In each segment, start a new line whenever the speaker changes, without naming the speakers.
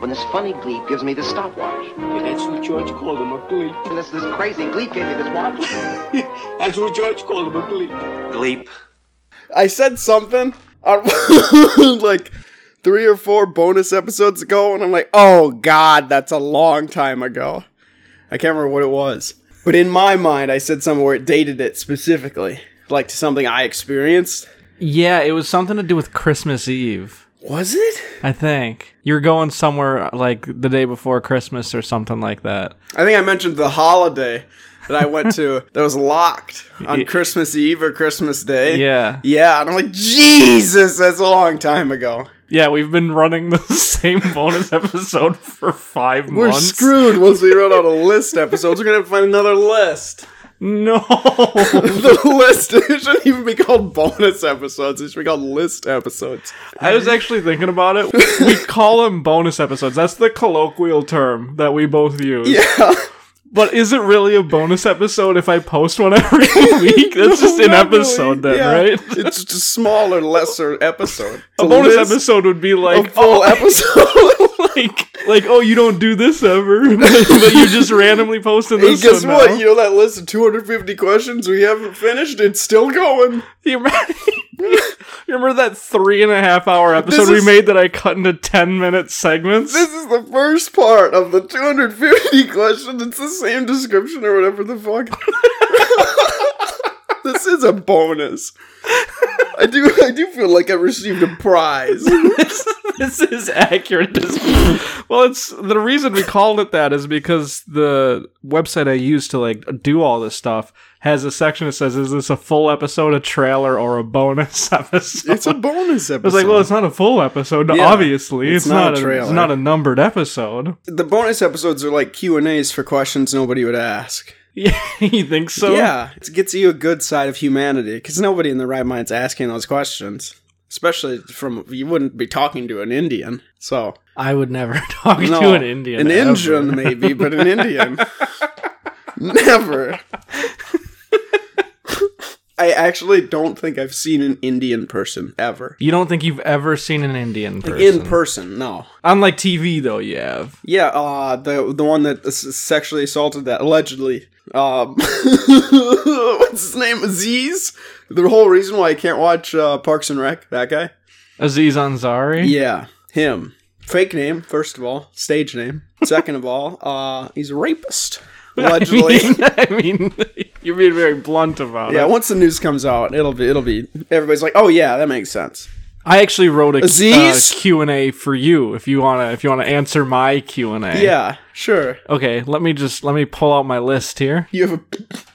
when this funny gleep gives me this stopwatch.
Yeah, that's what George called him, a gleep.
And this, this crazy gleep gave me this watch.
That's what George called him, a gleep.
Gleep.
I said something uh, like three or four bonus episodes ago, and I'm like, oh god, that's a long time ago. I can't remember what it was. But in my mind, I said somewhere it dated it specifically, like to something I experienced.
Yeah, it was something to do with Christmas Eve.
Was it?
I think you're going somewhere like the day before Christmas or something like that.
I think I mentioned the holiday that I went to that was locked on Christmas Eve or Christmas Day.
Yeah,
Yeah, and I'm like, Jesus, that's a long time ago.
yeah, we've been running the same bonus episode for 5
We're
months.
screwed once we run out of list episodes. We're gonna have to find another list.
No,
the list it shouldn't even be called bonus episodes. It should be called list episodes.
I was actually thinking about it. We call them bonus episodes. That's the colloquial term that we both use.
Yeah,
But is it really a bonus episode if I post one every week? That's just an
Not really.
episode then,
Yeah.
right?
It's just a smaller, lesser episode.
A bonus episode would be like,
a full episode.
oh, like, like, oh, you don't do this ever, but you just randomly posting
Hey,
this.
guess
one
what?
now.
You know that list of 250 questions we haven't finished? It's still going.
You remember, you remember that three and a half hour episode
This
we
is-
made that I cut into ten minute segments?
This is the first part of the 250 questions. It's the same description or whatever the fuck. this is a bonus. I do I do feel like I received a prize.
this, this is accurate. as- well, it's the reason we called it that is because the website I use to like do all this stuff has a section that says, "Is this a full episode, a trailer, or a bonus episode?"
It's a bonus
I was
episode.
like, "Well, it's not a full episode,
Yeah.
obviously. It's, not, a, it's
trailer.
not a numbered episode."
the bonus episodes are like Q&As for questions nobody would ask.
Yeah, you think so?
yeah, it gets you a good side of humanity cuz nobody in the right mind's asking those questions. Especially from you wouldn't be talking to an Indian. So,
I would never talk to
No,
an Indian.
An
ever.
Indian, maybe, but an Indian. Never. I actually don't think I've seen an Indian person ever.
You don't think you've ever seen an Indian person?
In person, no.
Unlike TV, though, you have.
Yeah, uh, the the one that s- sexually assaulted that allegedly. Um, what's his name? Aziz. The whole reason why I can't watch uh, Parks and Rec. That guy.
Aziz Ansari.
Yeah, him. Fake name, first of all. Stage name. Second of all, uh, he's a rapist. Allegedly.
I mean, you're being very blunt about
Yeah,
it.
once the news comes out, it'll be it'll be everybody's like, "Oh yeah, that makes sense."
I actually wrote a uh,
Aziz?
Q and A for you if you wanna if you wanna answer my Q and A.
Yeah, sure.
Okay, let me just let me pull out my list here.
You have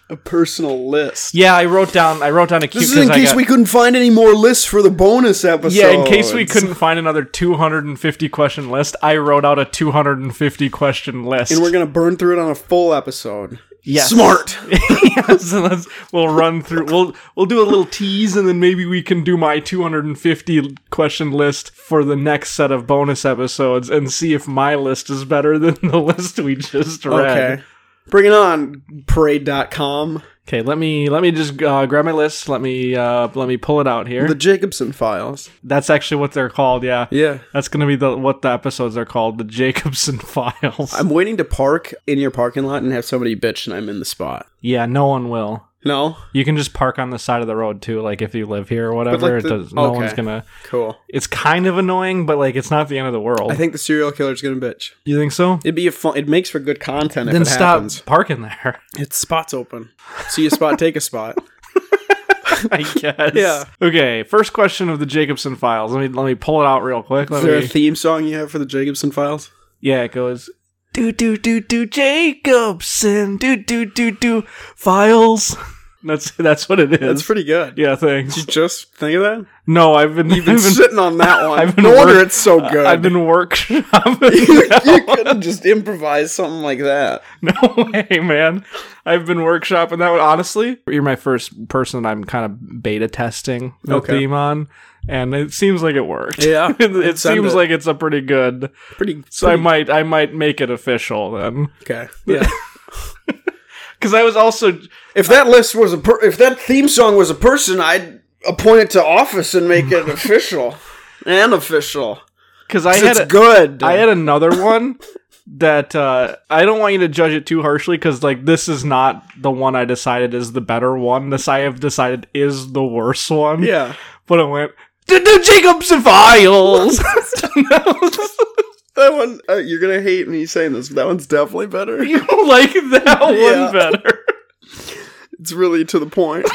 a, a personal list.
Yeah, I wrote down I wrote down a Q.
This is in
'cause I
case
got-
we couldn't find any more lists for the bonus episode.
yeah, in case we couldn't find another 250 question list, I wrote out a 250 question list.
and we're gonna burn through it on a full episode.
Yes.
smart.
yes, and let's, we'll run through. We'll we'll do a little tease, and then maybe we can do my 250 question list for the next set of bonus episodes, and see if my list is better than the list we just read.
Okay, bring it on. Parade.com,
Okay, let me let me just uh, grab my list. Let me uh, let me pull it out here.
the Jacobson Files.
That's actually what they're called. Yeah,
Yeah,
that's gonna be the what the episodes are called, the Jacobson Files.
I'm waiting to park in your parking lot and have somebody bitch, and I'm in the spot.
yeah, no one will.
No,
You can just park on the side of the road too, like if you live here or whatever.
the-
it does, no
okay.
one's gonna.
cool.
It's kind of annoying, but like it's not the end of the world.
I think the serial killer's gonna bitch.
you think so?
It'd be a fun. It makes for good content.
then
if it
stop
Happens.
parking there.
It's spots open. See a spot, take a spot.
I guess.
Yeah.
Okay. First question of the Jacobson files. Let me let me pull it out real quick.
Is
Let
there a
me-
theme song you have for the Jacobson Files?
yeah, it goes. Do do do do Jacobson. Do do do do files. That's that's what it is.
That's pretty good.
yeah, thanks.
Did you just think of that?
No, I've been
You've been
I've been,
sitting on that one.
I've been
no wonder
work-
it's so good.
I've been
you
workshopping.
could have just improvised something like that.
No way, man. I've been workshopping that one. Honestly, you're my first person I'm kind of beta testing the
Okay.
theme on, and it seems like it worked.
Yeah.
it, it
Send
seems
it.
like it's a pretty good.
Pretty.
So I might, I might make it official then,
Okay. Yeah.
because I was also
if that list was a, per- if that theme song was a person, I'd appoint it to office and make it official and official.
because I had
it's
a,
good.
I had another one that uh, I don't want you to judge it too harshly because like this is not the one I decided is the better one. This I have decided is the worse one.
yeah.
but I went the new Jacobson Files.
That one uh, you're gonna hate me saying this, but that one's definitely better.
you like that
Yeah.
one better?
It's really to the point.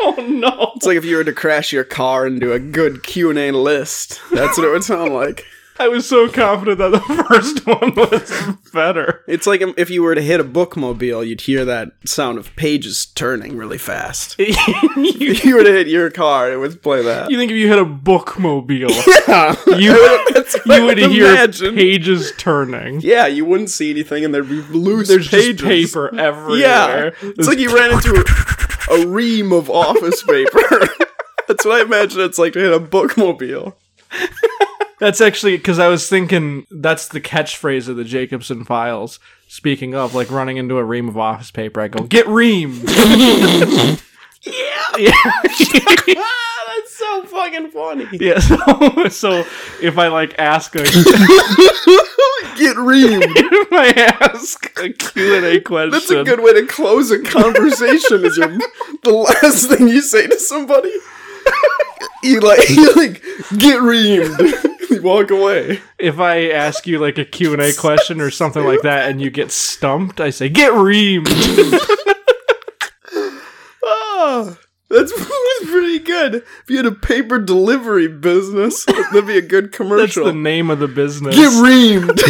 Oh no!
It's like if you were to crash your car and do a good Q and A list. That's what it would sound like.
I was so confident that the first one was better.
It's like if you were to hit a bookmobile, you'd hear that sound of pages turning really fast.
you, you
If you were to hit your car, it would play that.
think if you had a bookmobile,
Yeah,
you
That's what
you would
I'd
hear
imagine.
pages turning.
yeah, you wouldn't see anything, and there'd be loose
There's
pages.
just paper
Yeah,
everywhere.
it's like you ran into a, a ream of office paper. That's what I imagine it's like to hit a bookmobile.
That's actually because I was thinking that's the catchphrase of the Jacobson Files. Speaking of, like running into a ream of office paper, I go, get reamed. yeah. yeah.
Ah, that's so fucking funny.
Yeah, so, so if I like ask a
Get reamed.
if I ask a Q and A question,
That's a good way to close a conversation. is your, the last thing you say to somebody? You like you like get reamed. you walk away.
if I ask you like a Q and A question or something like that, and you get stumped, I say get reamed.
Ah, that's, that's pretty good. If you had a paper delivery business, that'd be a good
That's
commercial.
the name of the business.
get reamed.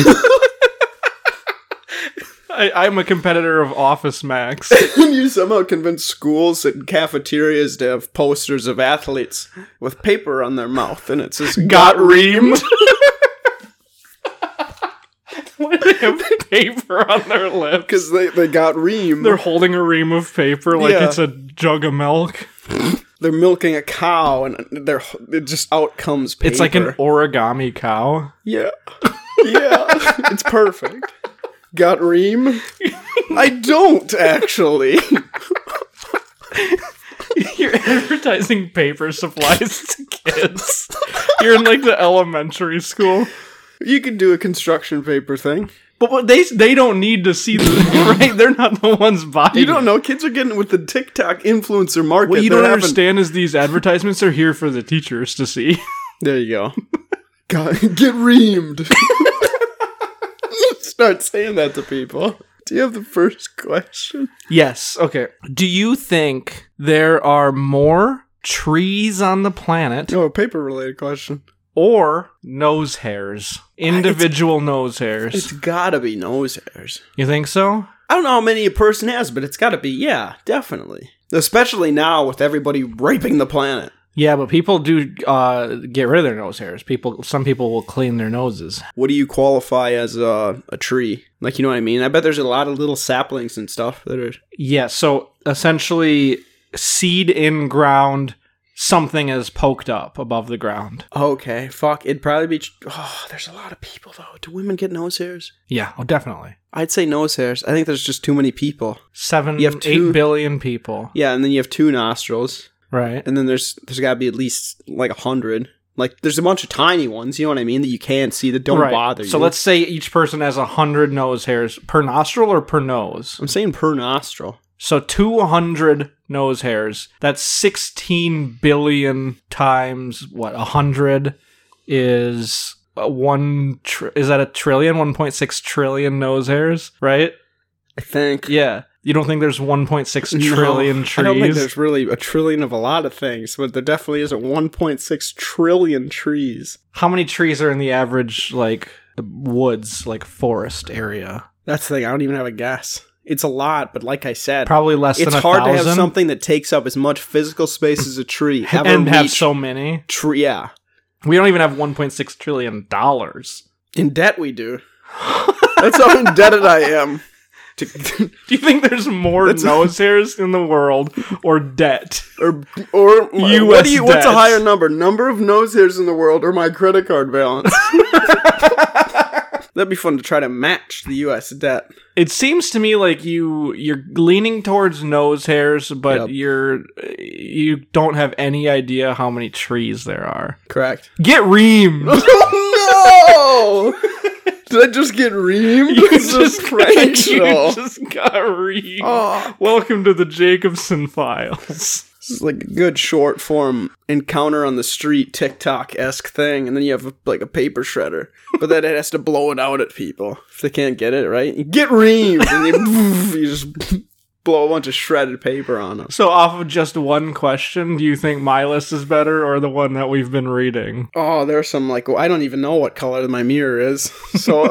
I, I'm a competitor of Office Max.
Can you somehow convince schools and cafeterias to have posters of athletes with paper on their mouth and it says
got reamed. Why do they have paper on their lips?
because they, they got reamed.
They're holding a ream of paper like
Yeah.
it's a jug of milk.
they're milking a cow and they're it just out comes paper.
It's like an origami cow.
yeah, yeah. it's perfect. Got ream? I don't actually.
You're advertising paper supplies to kids. You're in like the elementary school.
You could do a construction paper thing.
But what they they don't need to see the right. They're not the ones buying.
You don't
it.
know. Kids are getting with the TikTok influencer market.
What you
They're
don't
having-
understand is these advertisements are here for the teachers to see.
There you go. God, get reamed. Start saying that to people. Do you have the first question?
Yes. Okay. Do you think there are more trees on the planet
No, Oh, a paper related question.
or nose hairs? Individual nose
It's
hairs.
gotta be nose hairs.
You think so?
I don't know how many a person has, but it's gotta be, yeah, definitely. Especially now with everybody raping the planet.
Yeah, but people do uh, get rid of their nose hairs. People, some people will clean their noses.
What do you qualify as a, a tree? Like, you know what I mean? I bet there's a lot of little saplings and stuff that are.
Yeah. So essentially, seed in ground, something is poked up above the ground.
Okay, fuck. It'd probably be. tr- Oh, there's a lot of people, though. Do women get nose hairs?
Yeah. Oh, definitely.
I'd say nose hairs. I think there's just too many people.
Seven,
You have two-
eight billion people.
Yeah, and then you have two nostrils,
Right.
and then there's there's got to be at least like a hundred. Like there's a bunch of tiny ones, you know what I mean, that you can't see that don't
Right.
bother you.
So let's say each person has a hundred nose hairs per nostril or per nose.
I'm saying per nostril.
So two hundred nose hairs. That's sixteen billion times what a hundred is uh, one. Tr- is that a trillion? One point six trillion nose hairs, right?
I think.
Yeah. You don't think there's one point six
No,
trillion
I don't think
trees?
there's really a trillion of a lot of things, but there definitely isn't 1.6 trillion trees.
How many trees are in the average like woods, like forest area?
That's the thing. I don't even have a guess. It's a lot, but like I said,
Probably less
it's
than a
hard
thousand.
to have something that takes up as much physical space as a tree ever
and have
reach
so many.
tree. Yeah,
We don't even have 1.6 trillion dollars.
in debt we do. That's how indebted I am. To,
Do you think there's more
That's-
nose hairs in the world or debt?
or or my-
US
what do you, what's a
debt.
higher number? Number of nose hairs in the world or my credit card balance? That'd be fun to try to match the U.S. debt.
It seems to me like you you're leaning towards nose hairs,
Yep.
but you're you don't have any idea how many trees there are.
Correct.
Get reamed.
no! Did I just get reamed?
You
This is
just,
prank
you
show.
just got reamed.
Oh,
Welcome to the Jacobson Files.
this is like a good short form encounter on the street TikTok esque thing, and then you have like a paper shredder, but then it has to blow it out at people if they can't get it right. You get reamed, and you, you just blow a bunch of shredded paper on them.
So, off of just one question, do you think my list is better or the one that we've been reading?
Oh, there's some like I don't even know what color my mirror is. So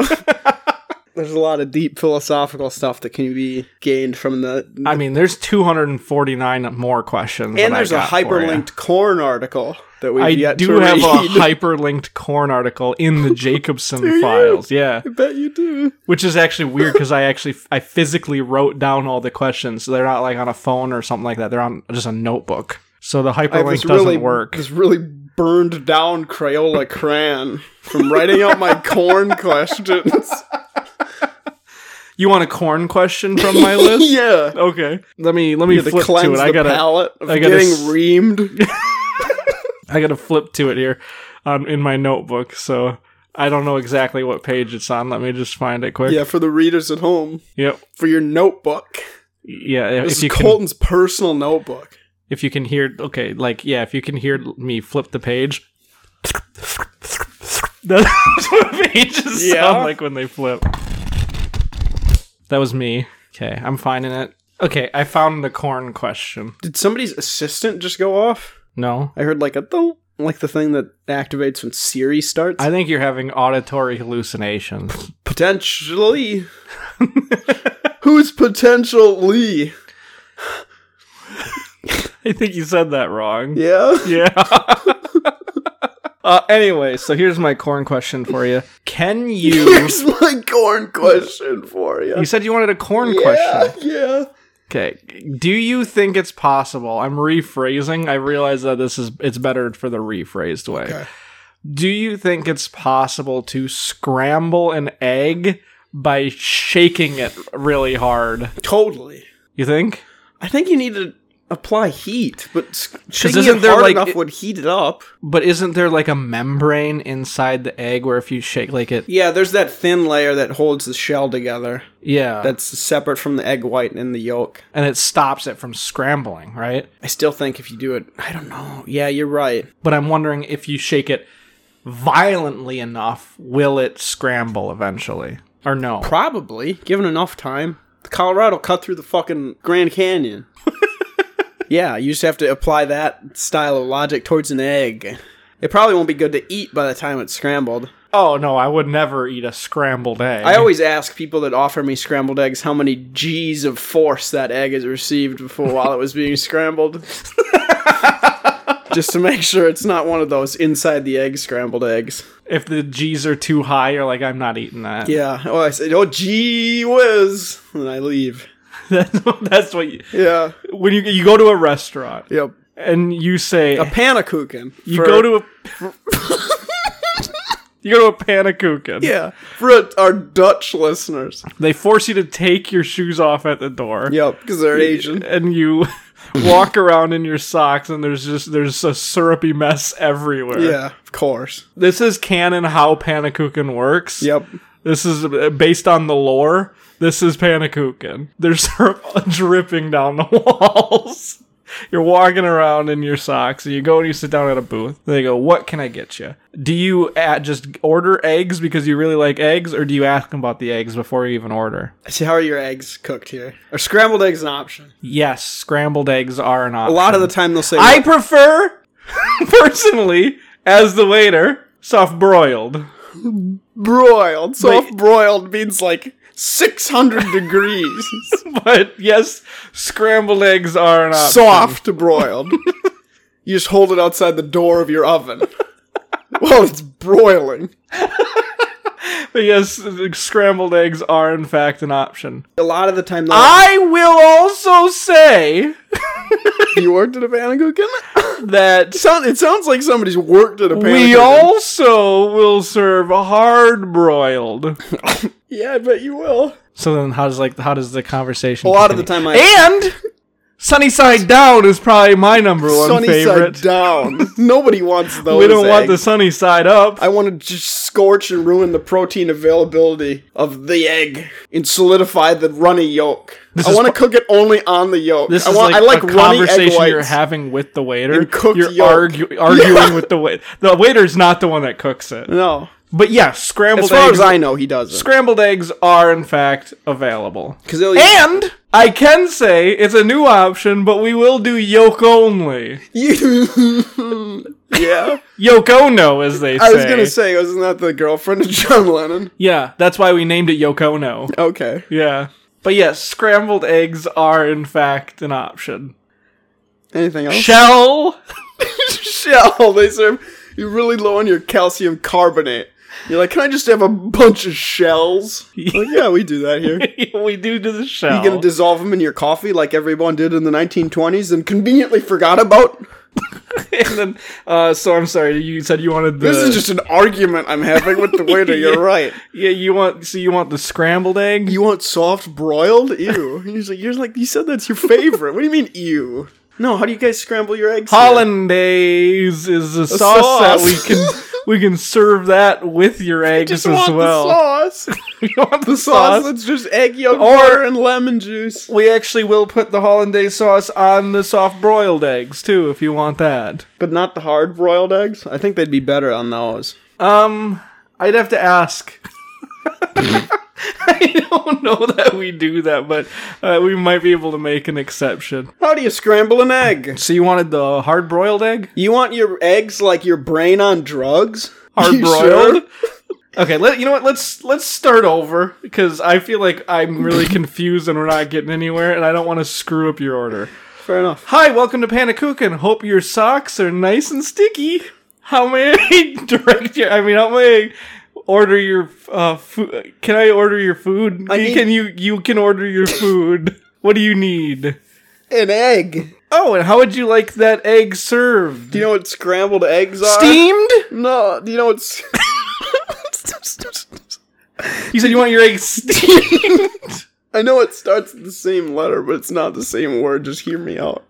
there's a lot of deep philosophical stuff that can be gained from the.
I mean, there's 249 more questions. that
and
I
there's a
got for ya.
hyperlinked corn article that we've
I
yet
do
to
have
read.
a hyperlinked corn article in the Jacobson Files. Yeah,
I bet you do.
which is actually weird because I actually I physically wrote down all the questions. So they're not like on a phone or something like that. They're on just a notebook. So the
I have
hyperlink
this
doesn't
really
work.
This really burned down Crayola crayon from writing out my corn questions.
You want a corn question from my list?
yeah.
Okay. Let me let me
You have to
flip to
cleanse
it.
the
I gotta
palate of
I gotta
getting
s-
reamed.
I gotta flip to it here um, in my notebook. So I don't know exactly what page it's on. Let me just find it quick.
yeah, for the readers at home,
Yep.
for your notebook.
Yeah. if-
This
if you
is
can,
Colton's personal notebook.
if you can hear, okay, like yeah, if you can hear me flip the page. That's what pages
Yeah.
sound like when they flip. That was me. Okay, I'm finding it. Okay, I found the corn question.
Did somebody's assistant just go off?
No,
I heard like a thump, like the thing that activates when Siri starts.
I think you're having auditory hallucinations.
potentially. Who's potentially?
I think you said that wrong.
Yeah.
Yeah. uh, anyway, so here's my corn question for you. Can you?
Here's my corn question for you.
you said you wanted a corn
yeah,
question.
Yeah.
Okay. Do you think it's possible? I'm rephrasing. I realize that this is it's better for the rephrased way.
Okay.
Do you think it's possible to scramble an egg by shaking it really hard?
Totally.
You think?
I think you need to apply heat, but s- shaking
isn't
it
there,
hard
like,
enough
it-
would heat it up.
But isn't there like a membrane inside the egg where if you shake like it
Yeah, there's that thin layer that holds the shell together.
Yeah.
That's separate from the egg white and the yolk.
and it stops it from scrambling, right?
I still think if you do it, I don't know. Yeah, you're right.
but I'm wondering if you shake it violently enough, will it scramble eventually? Or no?
Probably, given enough time. The Colorado cut through the fucking Grand Canyon. yeah, you just have to apply that style of logic towards an egg. It probably won't be good to eat by the time it's scrambled.
Oh no, I would never eat a scrambled egg.
I always ask people that offer me scrambled eggs how many G's of force that egg has received before while it was being scrambled. just to make sure it's not one of those inside the egg scrambled eggs.
if the G's are too high, you're like, I'm not eating that.
Yeah. Oh, I said, oh, gee whiz. And I leave.
that's, that's what you
Yeah.
when you you go to a restaurant
Yep.
and you say
A panakuchen.
you go to a you go to a panakuchen.
Yeah, for uh, our Dutch listeners.
They force you to take your shoes off at the door.
Yep, because they're Asian.
and you walk around in your socks and there's just there's a syrupy mess everywhere.
Yeah, of course.
This is canon how Panakuchen works.
Yep.
This is uh, based on the lore. This is Panakuchen. There's syrup dripping down the walls. You're walking around in your socks and you go and you sit down at a booth. They go, "What can I get you?" Do you uh, just order eggs because you really like eggs or do you ask them about the eggs before you even order?
See, how are your eggs cooked here? Are scrambled eggs an option?
Yes, scrambled eggs are an
A
option.
lot of the time they'll say,
I prefer, personally, as the waiter, soft broiled.
broiled. Soft broiled means like 600 degrees.
But yes, scrambled eggs are an option.
Soft broiled. you just hold it outside the door of your oven. Well, it's broiling.
But yes, scrambled eggs are in fact an option.
A lot of the time,
I will also say
you worked at a panakuchen?
that
Sound, it sounds like somebody's worked at a panic.
we
kitchen.
also will serve hard broiled.
Yeah, I bet you will.
So then, how does like how does the conversation?
A lot of the
continue?
time, I
And Sunny Side Down is probably my number one
sunny
favorite.
side uh, down. Nobody wants those.
we don't want the
eggs.
sunny side up.
I want to just scorch and ruin the protein availability of the egg and solidify the runny yolk.
This
I
is
want to
fu-
cook it only on the yolk.
this
I
is
want.
like,
I like
a
runny egg
conversation
whites.
you're having with the waiter.
And cooked
you're
yolk.
argu- arguing with the waiter. The waiter's not the one that cooks it.
No,
But yeah, scrambled
as far
eggs.
as I know, he doesn't.
scrambled eggs are in fact available.
'Cause they'll-
And I can say it's a new option, but we will do yolk only.
yeah,
Yolk ono, as they say.
I was gonna say, wasn't that the girlfriend of John Lennon?
Yeah, that's why we named it yolk ono.
Okay,
Yeah. But yes, scrambled eggs are in fact an option.
anything else?
Shell
shell. They serve you're really low on your calcium carbonate. You're like, can I just have a bunch of shells? Like, yeah, we do that here.
we do do the shell.
You gonna dissolve them in your coffee like everyone did in the 1920s and conveniently forgot about?
and then, uh, so I'm sorry. You said you wanted the.
This is just an argument I'm having with the waiter. You're right.
yeah. You want so you want the scrambled egg.
You want soft broiled? Ew. He's like, you're like, you said that's your favorite. What do you mean, ew? No, how do you guys scramble your eggs? here?
Hollandaise is a, sauce, that
sauce.
we can we can serve that with your eggs
just
as
want
well.
the sauce.
You want the,
The sauce
sauce?
that's just egg yolk,
Or-
butter, and lemon juice.
We actually will put the hollandaise sauce on the soft broiled eggs too, if you want that.
But not the hard broiled eggs. I think they'd be better on those.
Um, I'd have to ask. I don't know that we do that, but uh, we might be able to make an exception.
How do you scramble an egg?
So you wanted the hard broiled egg?
You want your eggs like your brain on drugs?
Hard
You
broiled?
sure?
Okay, let, you know what? Let's let's start over because I feel like I'm really confused and we're not getting anywhere, and I don't want to screw up your order.
Fair enough.
Hi, welcome to Panakukin. Hope your socks are nice and sticky. How may I direct your? I mean, how may I order your uh, food? Can I order your food?
I need-
can you? You can order your food. what do you need?
An egg.
Oh, and how would you like that egg served?
Do you know what scrambled eggs are?
Steamed?
No. Do you know what's?
You said you want your egg steamed.
I know it starts with the same letter, but it's not the same word. Just hear me out.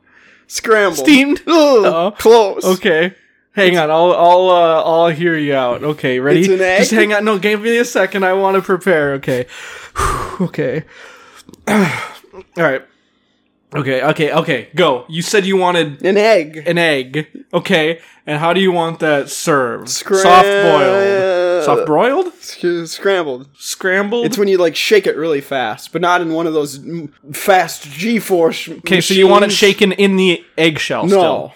Scrambled.
steamed.
Ugh,
Uh-oh.
Close.
Uh-huh. Okay. Hang on, I'll I'll uh, I'll hear you out. Okay, ready?
It's an egg?
Just hang on. No, give me a second. I want to prepare. Okay. okay. All right. Okay. Okay. Okay. Go. You said you wanted
An egg.
an egg. Okay. And how do you want that served?
Scram-
Soft boiled. Soft broiled.
Sc- Scrambled.
Scrambled.
It's when you like shake it really fast, but not in one of those mm, fast G-force.
okay. So you want it shaken in the eggshell?
No.
Still.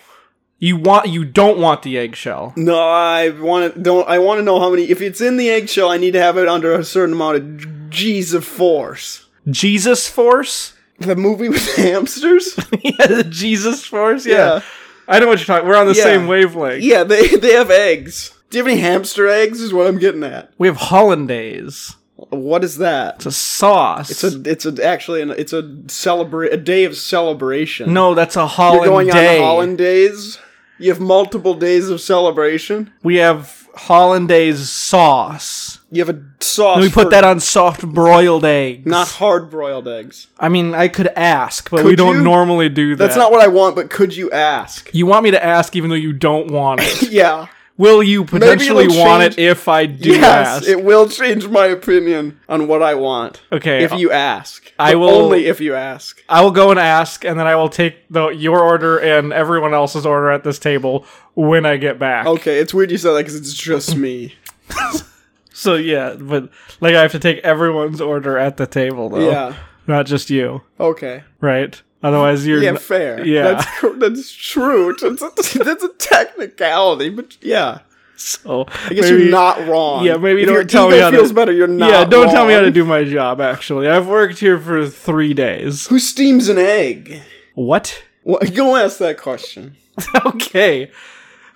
You want. You don't want the eggshell.
No, I want to don't. I want to know how many. If it's in the eggshell, I need to have it under a certain amount of G's of force.
Jesus force.
The movie with the hamsters.
yeah, the Jesus force. Yeah.
Yeah.
I know what you're talking. We're on the
Yeah.
same wavelength.
yeah, they they have eggs. Do you have any hamster eggs? Is what I'm getting at.
We have hollandaise.
What is that?
It's a sauce.
It's a it's a actually an, it's a celebrate a day of celebration.
no. That's a hollandaise.
you're going on Holland days. You have multiple days of celebration.
We have hollandaise sauce.
You have a sauce.
And we put
for
that on soft broiled eggs.
not hard broiled eggs.
I mean, I could ask, but we
Could
don't
you?
normally do that.
That's not what I want. But could you ask?
You want me to ask, even though you don't want it.
Yeah.
Will you potentially
it'll
want it
change-
if I do
yes,
ask?
it will change my opinion on what I want.
Okay, uh,
If you ask.
I
But
will-
only if you ask.
I will go and ask, and then I will take the, your order and everyone else's order at this table when I get back.
Okay, it's weird you said that because it's just me.
So yeah, but like I have to take everyone's order at the table though.
Yeah.
Not just you,
Okay.
right? Otherwise you're
Yeah,
n-
fair.
Yeah.
that's cr- that's true. That's a, that's a technicality, but yeah,
so
I guess you're not wrong.
Yeah, maybe
if
don't
your
tell
ego
me how to-
feels better. You're not.
yeah, don't tell me how to
wrong.
do my job actually. I've worked here for 3 days.
Who steams an egg?
What?
What? Go ask that question.
okay.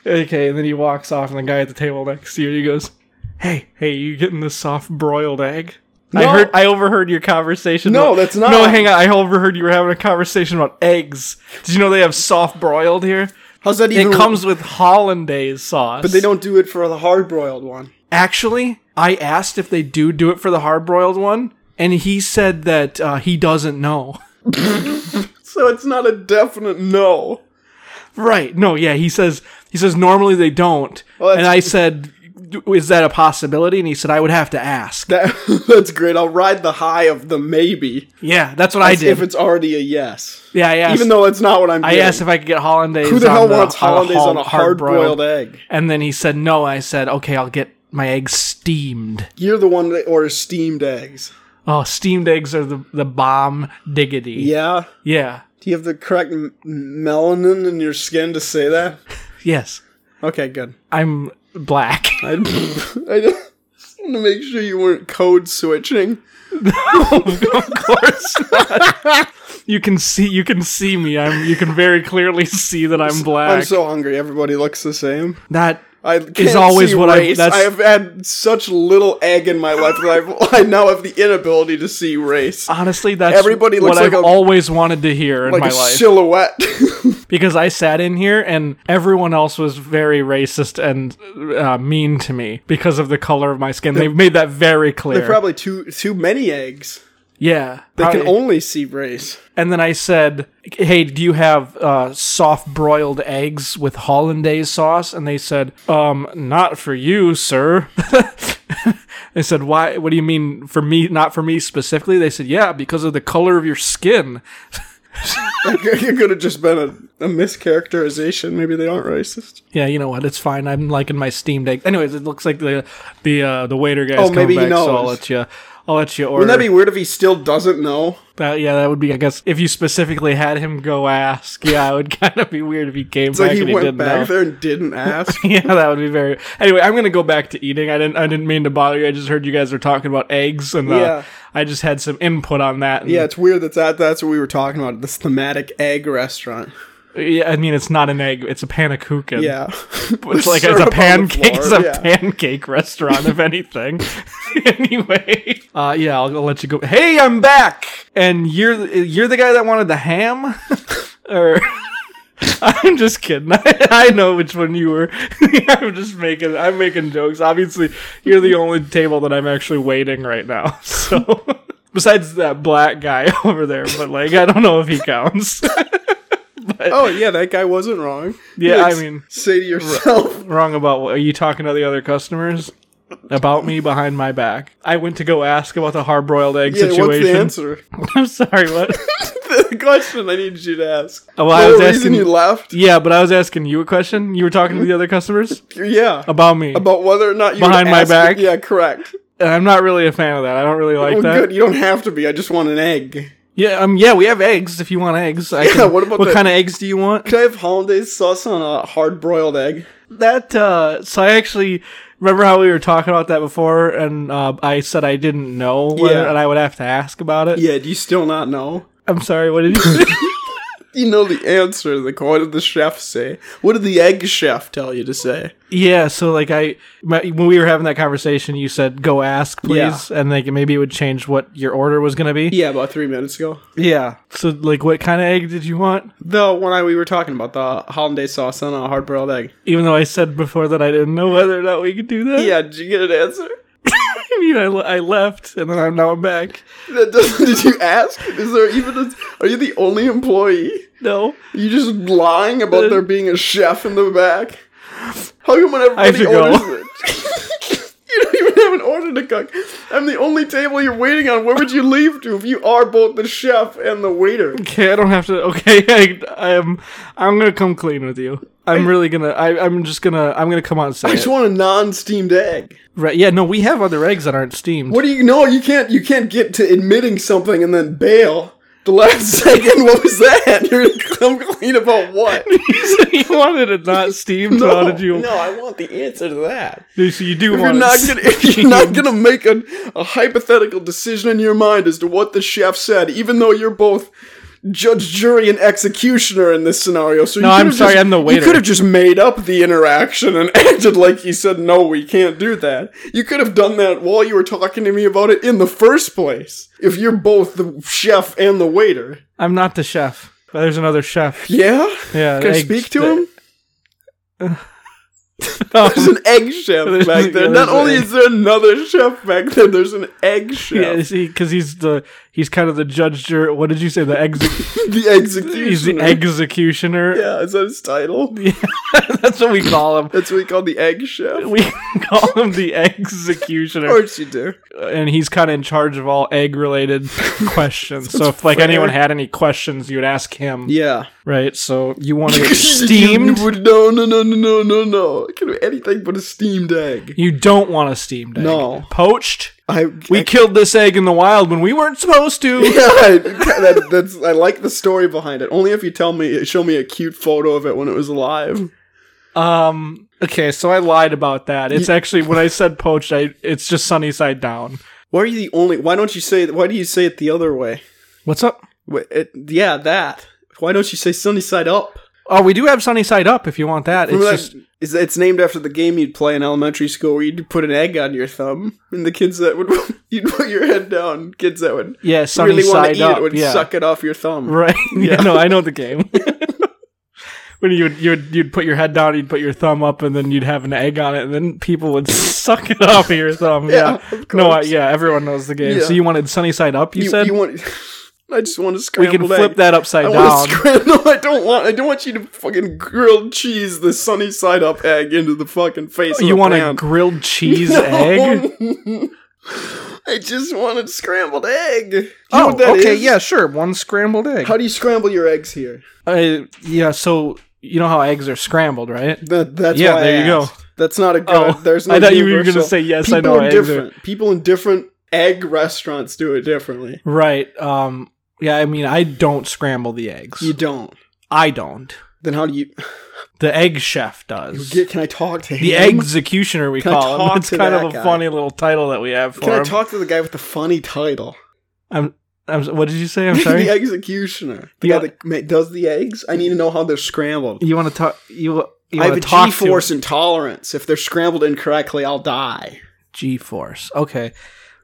Okay, and then he walks off and the guy at the table next to you he goes, "Hey, hey, you getting this soft broiled egg?" I
No.
heard I overheard your conversation.
No,
about-
that's not-
No, hang on. I overheard you were having a conversation about eggs. Did you know they have soft broiled here?
How's that even?
It comes with hollandaise sauce.
but they don't do it for the hard broiled one.
Actually, I asked if they do do it for the hard broiled one, and he said that uh, he doesn't know.
So it's not a definite no.
Right? No. Yeah. He says he says normally they don't,
Well, that's-
and I said, "Is that a possibility?" And he said, "I would have to ask."
That that's great. I'll ride the high of the maybe.
yeah, that's what I
as If
did.
it's already a yes,
Yeah, I asked.
even though it's not what I'm.
I
getting.
asked if I could get hollandaise.
Who the
on
hell wants
on a
hollandaise on a
hol-
hard
hard-broiled.
broiled egg?
And then he said no. I said, "Okay, I'll get my eggs steamed."
You're the one that orders steamed eggs.
Oh, steamed eggs are the the bomb diggity.
Yeah.
Yeah.
Do you have the correct m- melanin in your skin to say that?
Yes.
Okay, good.
I'm black.
I, I just want to make sure you weren't code switching.
of course not. You can see you can see me. I'm you can very clearly see that I'm black.
I'm so hungry. Everybody looks the same.
that
I can't
always
see
what I-
race.
that's-
I have had such little egg in my life that I've, I now have the inability to see race.
honestly that's
Everybody looks
what
like
I've
a-
always wanted to hear in
like
my
a
life.
silhouette.
because I sat in here and everyone else was very racist and uh, mean to me because of the color of my skin. They've made that very clear.
They're probably too too many eggs.
yeah.
They
probably.
can only see race.
And then I said, "Hey, do you have uh, soft broiled eggs with hollandaise sauce?" And they said, "Um, not for you, sir." I said, "Why? What do you mean for me? Not for me specifically?" They said, "Yeah, because of the color of your skin."
it could have just been a, a mischaracterization. Maybe they aren't racist.
Yeah, you know what? It's fine. I'm liking my steamed egg. Anyways, it looks like the the uh, the waiter guy's
Oh,
coming
maybe he
back, so I'll
knows.
let you. I'll let you order.
Wouldn't that be weird if he still doesn't know?
That- yeah, that would be. I guess if you specifically had him go ask, yeah, it would kind of be weird if he came
It's
back
like he
and
went
didn't
back
know.
there and didn't ask.
yeah, that would be very. Anyway, I'm gonna go back to eating. I didn't. I didn't mean to bother you. I just heard you guys were talking about eggs, and uh,
Yeah.
I just had some input on that. and-
yeah, it's weird that, that that's what we were talking about. This thematic egg restaurant.
yeah. I mean, it's not an egg. It's a panakuchen.
Yeah,
It's like it's a pancake. It's a pancake restaurant, if anything. anyway, uh, yeah, I'll, I'll let you go. Hey, I'm back, and you're the- you're the guy that wanted the ham, or. I'm just kidding. I, I know which one you were. I'm just making I'm making jokes. Obviously, you're the only table that I'm actually waiting right now. So besides that black guy over there, but like I don't know if he counts.
Oh yeah, that guy wasn't wrong. You,
Yeah,
like,
I mean-
say to yourself,
wrong about what are you talking to the other customers about me behind my back i went to go ask about the hard-boiled egg
yeah, what's the
situation
answer?
i'm sorry what
the question I needed you to ask.
Oh, well, I
The
was
whole
asking-
reason you left.
yeah but i was asking you a question you were talking to the other customers
Yeah,
about me
about whether or not you
Behind
would
my
ask-
back?
Yeah, correct.
and i'm not really a fan of that i don't really like
well,
that
good. You don't have to be. I just want an egg.
yeah um yeah we have eggs if you want eggs I
Yeah,
can-
what about
what
the-
kind of eggs do you want
Could I have hollandaise sauce on a hard broiled egg?
that uh so i actually remember how we were talking about that before and uh, i said i didn't know whether,
Yeah.
and i would have to ask about it
Yeah, do you still not know?
i'm sorry what did you say
You know the answer to the call. What did the chef say? What did the egg chef tell you to say?
Yeah, so like I, my, when we were having that conversation, you said go ask please, and like maybe it would change what your order was gonna be.
Yeah, about three minutes ago.
Yeah. So like, what kind of egg did you want?
The one I, we were talking about, the hollandaise sauce on a hard boiled egg.
Even though I said before that I didn't know whether or not we could do that.
Yeah, did you get an answer?
I mean, I, le- I left and then I'm now I'm back.
That doesn't, did you ask? Is there even a. Are you the only employee?
No,
Are you just lying
Uh,
about there being a chef in the back? How come when
I have
everybody
to go.
orders it? you don't even have an order to cook. I'm the only table you're waiting on. Where would you leave to if you are both the chef and the waiter?
okay, I don't have to. Okay, I, I am. I'm gonna come clean with you. I'm really gonna. I, I'm just gonna. I'm gonna come on and say
I just
it.
want a non-steamed egg.
Right? Yeah. No, we have other eggs that aren't steamed.
What do you know? You can't. You can't get to admitting something and then bail. The last second, what was that? You're gonna come clean about what?
you wanted it not steamed. so how did you?
no, I want the answer to that.
So you do
If you're
want it
not gonna, if you're not gonna make a, a hypothetical decision in your mind as to what the chef said, even though you're both judge, jury, and executioner in this scenario, so
No,
you
I'm
could've
sorry,
just-
I'm the waiter.
You could have just made up the interaction and acted like he said, "No, we can't do that." You could have done that while you were talking to me about it in the first place. If you're both the chef and the waiter,
I'm not the chef. There's another chef.
yeah,
Yeah,
Can I
egg-
speak to him?
Oh,
There's an egg chef
There's-
back there.
yeah,
Not
there's an
only
egg.
is there another chef back there, there's an egg
Yeah,
chef.
because he's the he's kind of the judge. Jur- what did you say? The exec-
the
he's the
executioner.
executioner.
Yeah, is that his title?
That's what we call him.
That's what we call the egg chef. Of
We call him the executioner,
course you do.
and he's kind of in charge of all egg-related questions. so if like
fair.
anyone had any questions, you'd ask him,
Yeah.
right? So you want to
You-
get
you
steamed?
would- no, no, no, no, no, no, no. It can be anything but a steamed egg.
You don't want a steamed egg.
No.
poached.
I,
We
I-
killed this egg in the wild when we weren't supposed to.
yeah, I, that, that's, I like the story behind it. Only if you tell me, show me a cute photo of it when it was alive.
Um. Okay, so I lied about that. It's actually when I said poached, I it's just sunny side down.
Why are you the only? Why don't you say? Why do you say it the other way?
What's up?
Wh- It, yeah, that. Why don't you say sunny side up?
Oh, we do have sunny side up if you want that. It's
Remember
just
that- is- it's named after the game you'd play in elementary school where you'd put an egg on your thumb, and the kids that would you'd put your head down, kids that would
yeah, sunny
really want to
side
eat
up.
it would
yeah.
suck it off your thumb.
Right. Yeah.
Yeah.
No, I know the game. when you would you would you'd put your head down, you'd put your thumb up, and then you'd have an egg on it, and then people would suck it off of your thumb. Yeah.
of
no. I,
course.
yeah. Everyone knows the game.
Yeah.
So you wanted sunny side up? You,
You,
said
you want? I just want to
we can
scrambled
flip
egg.
that
I
upside down.
want to scramble. No, I don't want. I don't want you to fucking grilled cheese the sunny side up egg into the fucking face.
you
want
want a grilled cheese egg?
I just wanted scrambled egg. You know
Oh,
what that
okay,
is?
yeah, sure. One scrambled egg.
How do you scramble your eggs here?
uh, yeah, so you know how eggs are scrambled, right?
That, that's
Yeah,
why I
there you go.
asked. That's not a good.
Oh,
there's no
I thought you were
universal-
gonna say, yes, I
People
know how
Are
eggs are-
different. People in different egg restaurants do it differently.
Right. Um. Yeah, I mean, I don't scramble the eggs.
You don't.
I don't.
Then how do you?
The egg chef does.
Get, can I talk to him?
the executioner, we
Can I
call
talk
him. It's
to
kind
that
of a
guy?
funny little title that we have for
Can I
him.
talk to the guy with the funny title?
I'm, I'm. s- What did you say? I'm sorry.
the executioner. The
Yeah.
guy that ma- does the eggs. I need to know how they're scrambled.
you want to talk? You. You
I have a
want to talk to-
G-force intolerance. If they're scrambled incorrectly, I'll die.
G-force. Okay.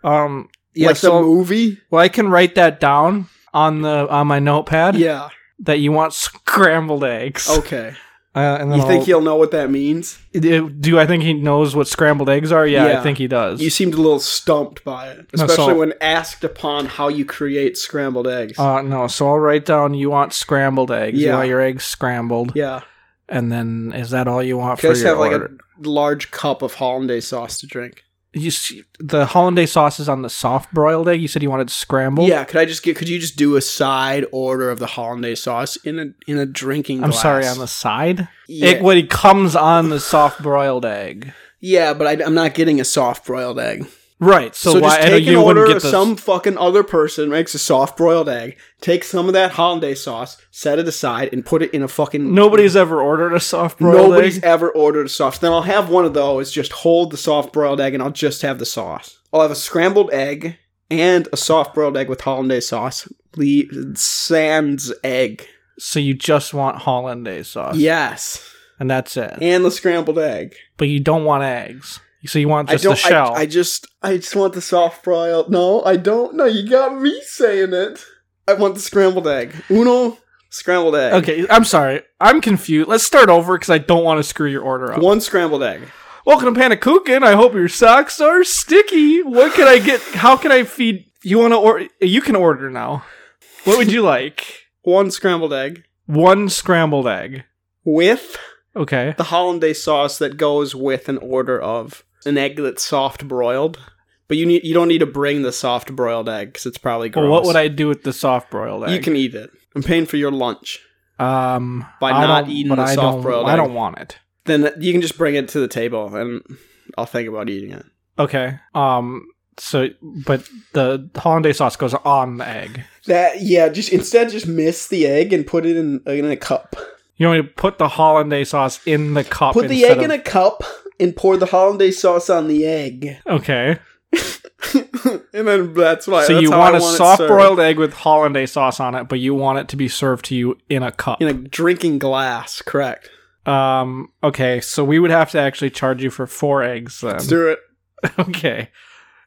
Um. Yeah.
like
so,
the movie.
well, I can write that down on the on my notepad.
Yeah.
That you want scrambled eggs.
Okay.
Uh, and then
You
I'll-
think he'll know what that means?
Do do I think he knows what scrambled eggs are? Yeah, I
Yeah.
think he does.
You seemed a little stumped by it,
No,
especially
so-
when asked upon how you create scrambled eggs.
uh, no, so I'll write down you want scrambled eggs. You
Yeah.
want your eggs scrambled.
yeah.
And then is that all you want
Can I
for
just
your
have like
order?
a large cup of hollandaise sauce to drink?
you see, the hollandaise sauce is on the soft broiled egg. You said you wanted scrambled.
Yeah, could I just get? Could you just do a side order of the hollandaise sauce in a in a drinking?
I'm
glass?
sorry, on the side?
Yeah.
It when it comes on the soft broiled egg.
Yeah, but I, am not getting a soft broiled egg.
Right. So,
So,
why
just
and
take an
you wouldn't
order. Get
get the
some fucking other person makes a soft broiled egg. Take some of that hollandaise sauce, set it aside, and put it in a fucking.
Nobody's ever ordered a soft broiled
Nobody's
egg.
ever ordered a sauce. Then I'll have one of those. Just hold the soft broiled egg, and I'll just have the sauce. I'll have a scrambled egg and a soft broiled egg with hollandaise sauce. Le- sans egg.
So you just want hollandaise sauce.
Yes,
And that's it.
and the scrambled egg.
but you don't want eggs. So you want just
I
the
don't.
shell.
I, I just. I just want the soft broiled. No, I don't. No, you got me saying it. I want the scrambled egg. Uno scrambled egg.
Okay, I'm sorry. I'm confused. Let's start over because I don't want to screw your order up.
One scrambled egg.
Welcome to Panakukin. I hope your socks are sticky. What can I get? How can I feed? You want to order? You can order now. What would you like?
One scrambled egg
One scrambled egg.
with
Okay.
the hollandaise sauce that goes with an order of an egg that's soft broiled. But you need you don't need to bring the soft broiled egg because it's probably gross.
Well, what would I do with the soft broiled egg?
You can eat it. I'm paying for your lunch.
um
By
I
not
don't-
eating
but
the
I don't-
soft-boiled
I
egg.
don't want it.
Then you can just bring it to the table, and I'll think about eating it.
Okay. Um. So, but the hollandaise sauce goes on the egg.
That yeah, just instead just miss the egg and put it in in a cup.
You want me to put the hollandaise sauce in the cup?
Put the
instead
egg in
of-
a cup and pour the hollandaise sauce on the egg.
Okay.
and then that's why.
So
that's
you
how I
want a
it
soft
served.
broiled egg with hollandaise sauce on it, but you want it to be served to you in a cup.
in a drinking glass, correct?
um. Okay. So we would have to actually charge you for four eggs then.
Let's do it.
okay.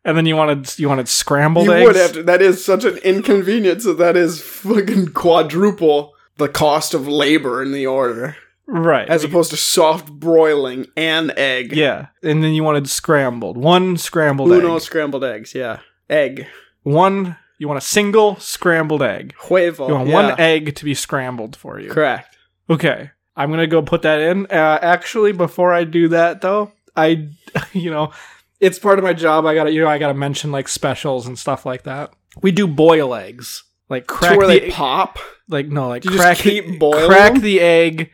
And then you wanted you wanted scrambled
you
eggs.
would have to. That is such an inconvenience. That that is fucking quadruple the cost of labor in the order.
Right.
as opposed to soft broiling an egg.
yeah. And then you wanted scrambled. One scrambled
Uno
egg.
scrambled eggs. Yeah, egg
One you want a single scrambled egg.
huevo.
You want
Oh, yeah.
one egg to be scrambled for you.
Correct.
Okay. I'm going to go put that in. Uh, actually, before I do that, though, I, you know, it's part of my job. I got to, you know, I got to mention like specials and stuff like that. We do boil eggs. Like
To
crack
where
the, e-,
they pop.
like no, like
You just
crack the,
keep boiling
crack
them?
the egg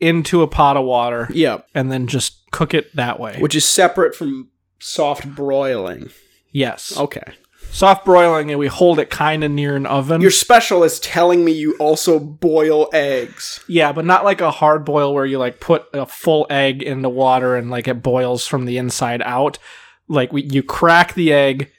into a pot of water
Yeah,
and then just cook it that way.
which is separate from soft broiling.
yes.
Okay.
Soft broiling and we hold it kind of near an oven.
Your special is telling me you also boil eggs.
Yeah, but not like a hard boil where you like put a full egg in the water and like it boils from the inside out. Like we, you crack the egg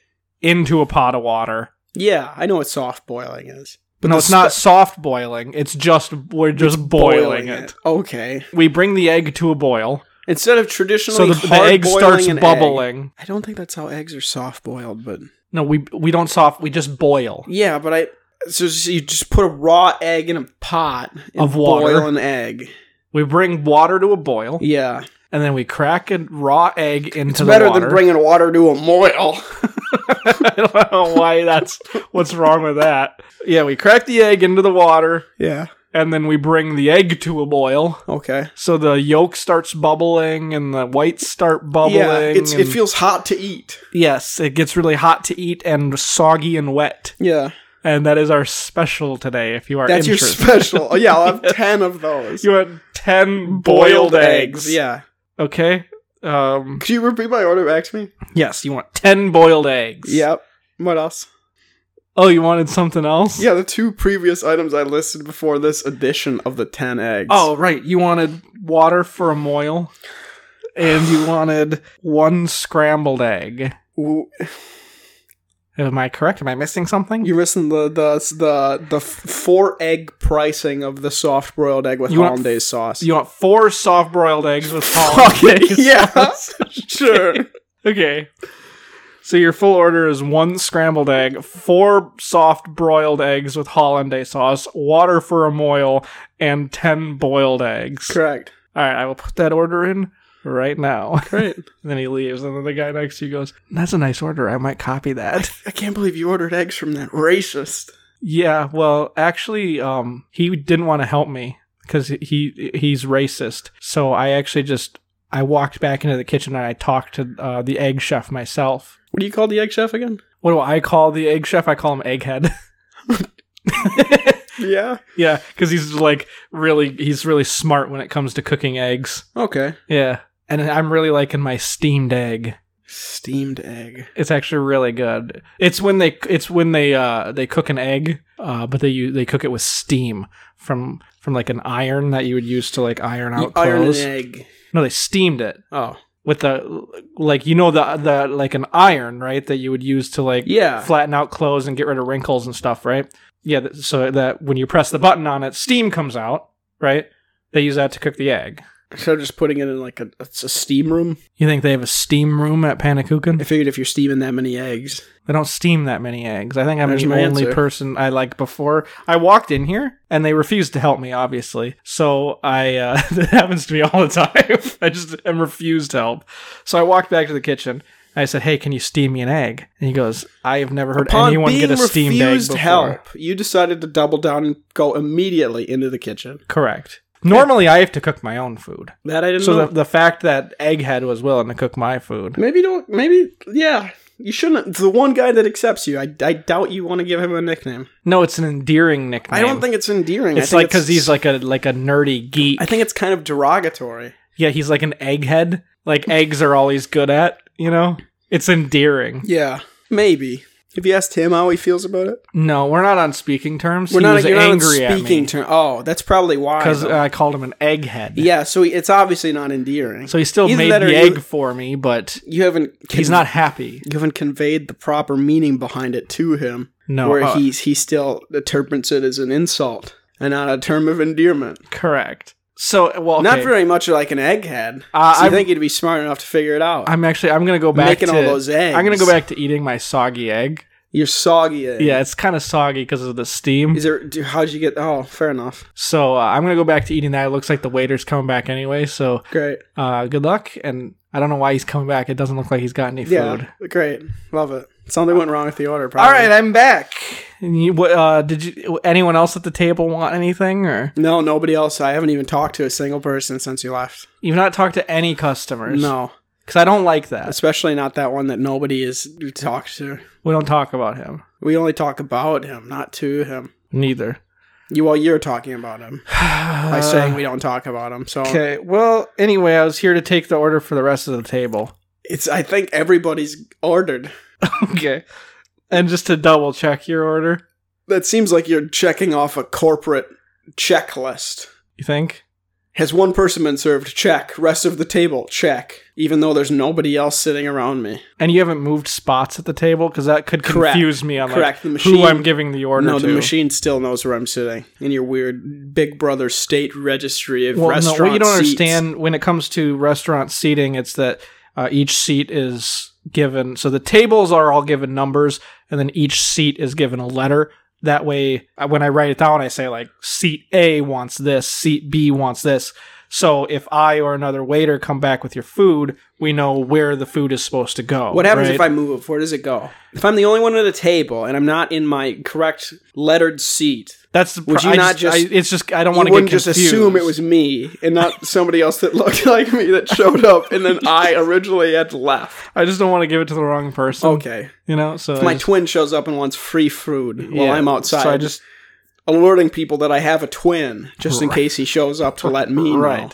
into a pot of water.
Yeah, I know what soft boiling is.
But no,
the
it's not
spe-
soft boiling. It's just we're just boiling, it.
Okay.
We bring the egg to a boil,
Instead of traditionally
so the, the egg starts
an egg-
bubbling.
I don't think that's how eggs are soft boiled, but
No, we we don't soft. We just boil.
yeah, but I so so you just put a raw egg in a pot and
Of water.
boil an egg.
We bring water to a boil,
Yeah,
and then we crack a raw egg into
it's
the
better
water.
than bringing water to a moil.
I don't know why that's what's wrong with that. Yeah, we crack the egg into the water
yeah.
and then we bring the egg to a boil.
Okay.
So the yolk starts bubbling and the whites start bubbling.
Yeah, it's it
and-
feels hot to eat.
yes, it gets really hot to eat and soggy and wet.
Yeah,
And that is our special today. If you are
that's your
interested,
special. Oh, yeah, I'll have ten of those.
you had ten boiled, eggs.
Yeah.
Okay. Um.
Could you repeat my order back to me?
Yes, you want ten boiled eggs.
Yep. What else?
Oh, you wanted something else?
Yeah, the two previous items I listed before this edition of the ten eggs.
Oh, right. You wanted water for a moil, and you wanted one scrambled egg.
Ooh,
Am I correct? Am I missing something?
You're missing the the the the f- four egg pricing of the soft broiled egg with
You want-
hollandaise sauce.
You want four soft broiled eggs with hollandaise.
yeah,
sauce.
sure.
Okay. So your full order is one scrambled egg, four soft broiled eggs with hollandaise sauce, water for a moil, and ten boiled eggs.
Correct.
All right, I will put that order in right now.
Great.
And then he leaves, and then the guy next to you goes, "That's a nice order. I might copy that."
I can't believe you ordered eggs from that racist.
Yeah, well, actually, um, he didn't want to help me because he he's racist. So I actually just I walked back into the kitchen and I talked to uh, the egg chef myself.
What do you call the egg chef again?
What do I call the egg chef? I call him egghead.
Yeah.
yeah, because he's like really he's really smart when it comes to cooking eggs.
Okay.
Yeah, and I'm really liking my steamed egg.
Steamed egg.
It's actually really good. It's when they it's when they uh they cook an egg, uh, but they u- they cook it with steam from from like an iron that you would use to like iron
You
out
iron an
clothes.
egg.
No, they steamed it
Oh.
with the like you know the the like an iron right that you would use to like
Yeah.
flatten out clothes and get rid of wrinkles and stuff right. Yeah, th- so that when you press the button on it, steam comes out right. They use that to cook the egg.
Instead of just putting it in like a, it's a steam room.
You think they have a steam room at Panakukan?
I figured if you're steaming that many eggs,
They don't steam that many eggs. I think I'm
There's
the
my
only
answer.
person I like before. I walked in here and they refused to help me, obviously. So I, uh, that happens to me all the time. I just am refused help. So I walked back to the kitchen. I said, "Hey, can you steam me an egg?" And he goes, "I have never heard
upon
anyone
being
get a steamed egg
refused
before."
help, you decided to double down and go immediately into the kitchen.
Correct. Normally, I have to cook my own food.
That I didn't
So
know.
the, the fact that Egghead was willing to cook my food,
Maybe don't. Maybe yeah. You shouldn't. It's the one guy that accepts you. I, I doubt you want to give him a nickname.
no, it's an endearing nickname.
I don't think it's endearing. I
it's
think
like because he's like a like a nerdy geek.
I think it's kind of derogatory.
Yeah, he's like an egghead. Like eggs are all he's good at, you know? It's endearing.
Yeah, maybe. Have you asked him how he feels about it?
No, we're not on speaking terms.
We're
he
not.
was
You're
angry
not on speaking
at uh,
term. Oh, that's probably why.
because
though.
I called him an egghead.
yeah, so he- it's obviously not endearing.
So he still
Either
made
that or
the
you-
egg for me, but
you haven't. con-
he's not happy.
You haven't conveyed the proper meaning behind it to him.
No,
where
uh,
he's he still interprets it as an insult and not a term of endearment.
Correct. So well,
Not
okay.
very much like an egghead.
Uh,
so you
I'm-
think he'd be smart enough to figure it out?
I'm actually I'm gonna go back
Making
to
all those eggs.
I'm gonna go back to eating my soggy egg
You're soggy. eh?
Yeah, it's kind of soggy because of the steam.
Is there? Do, how'd you get? Oh, fair enough.
So uh, I'm gonna go back to eating that. It looks like the waiter's coming back anyway. So
Great.
uh, good luck. And I don't know why he's coming back. It doesn't look like he's got any
Yeah.
food.
Great. Love it. Something went wrong with the order. Probably.
All right, I'm back. And you, what, uh, did you? Anyone else at the table want anything, or
No, nobody else. I haven't even talked to a single person since you left.
you've not talked to any customers?
No,
because I don't like that.
especially not that one that nobody is talked to.
We don't talk about him.
We only talk about him, not to him.
Neither.
You, well, you're talking about him by saying we don't talk about him. So
Uh, Okay. Well, anyway, I was here to take the order for the rest of the table.
it's. I think everybody's ordered.
okay. And just to double check your order,
That seems like you're checking off a corporate checklist.
you think?
Has one person been served? Check. Rest of the table? Check. Even though there's nobody else sitting around me.
And you haven't moved spots at the table because that could
Correct.
confuse me on
Correct. The
like
machine-
who I'm giving the order
no,
to.
the machine still knows where I'm sitting in your weird Big Brother state registry of
well, no,
restaurant.
what you
seats.
don't understand when it comes to restaurant seating, it's that uh, each seat is given. So the tables are all given numbers, and then each seat is given a letter. That way, I- when I write it down, I say like seat A wants this, seat B wants this. So if I or another waiter come back with your food, we know where the food is supposed to go.
What happens if
right?
I move? Where does it go? If I'm the only one at a table and I'm not in my correct lettered seat,
That's the
Would
pro-
you
I
not
just,
just-
I, it's just I don't
you
want to
wouldn't
get
just
confused.
assume it was me and not somebody else that looked like me that showed up and then I originally had left.
I just don't want to give it to the wrong person.
Okay.
you know. So
My
I just-
twin shows up and wants free food while
yeah.
I'm outside.
So I just
alerting people that I have a twin just in case he shows up to let me know.
Right.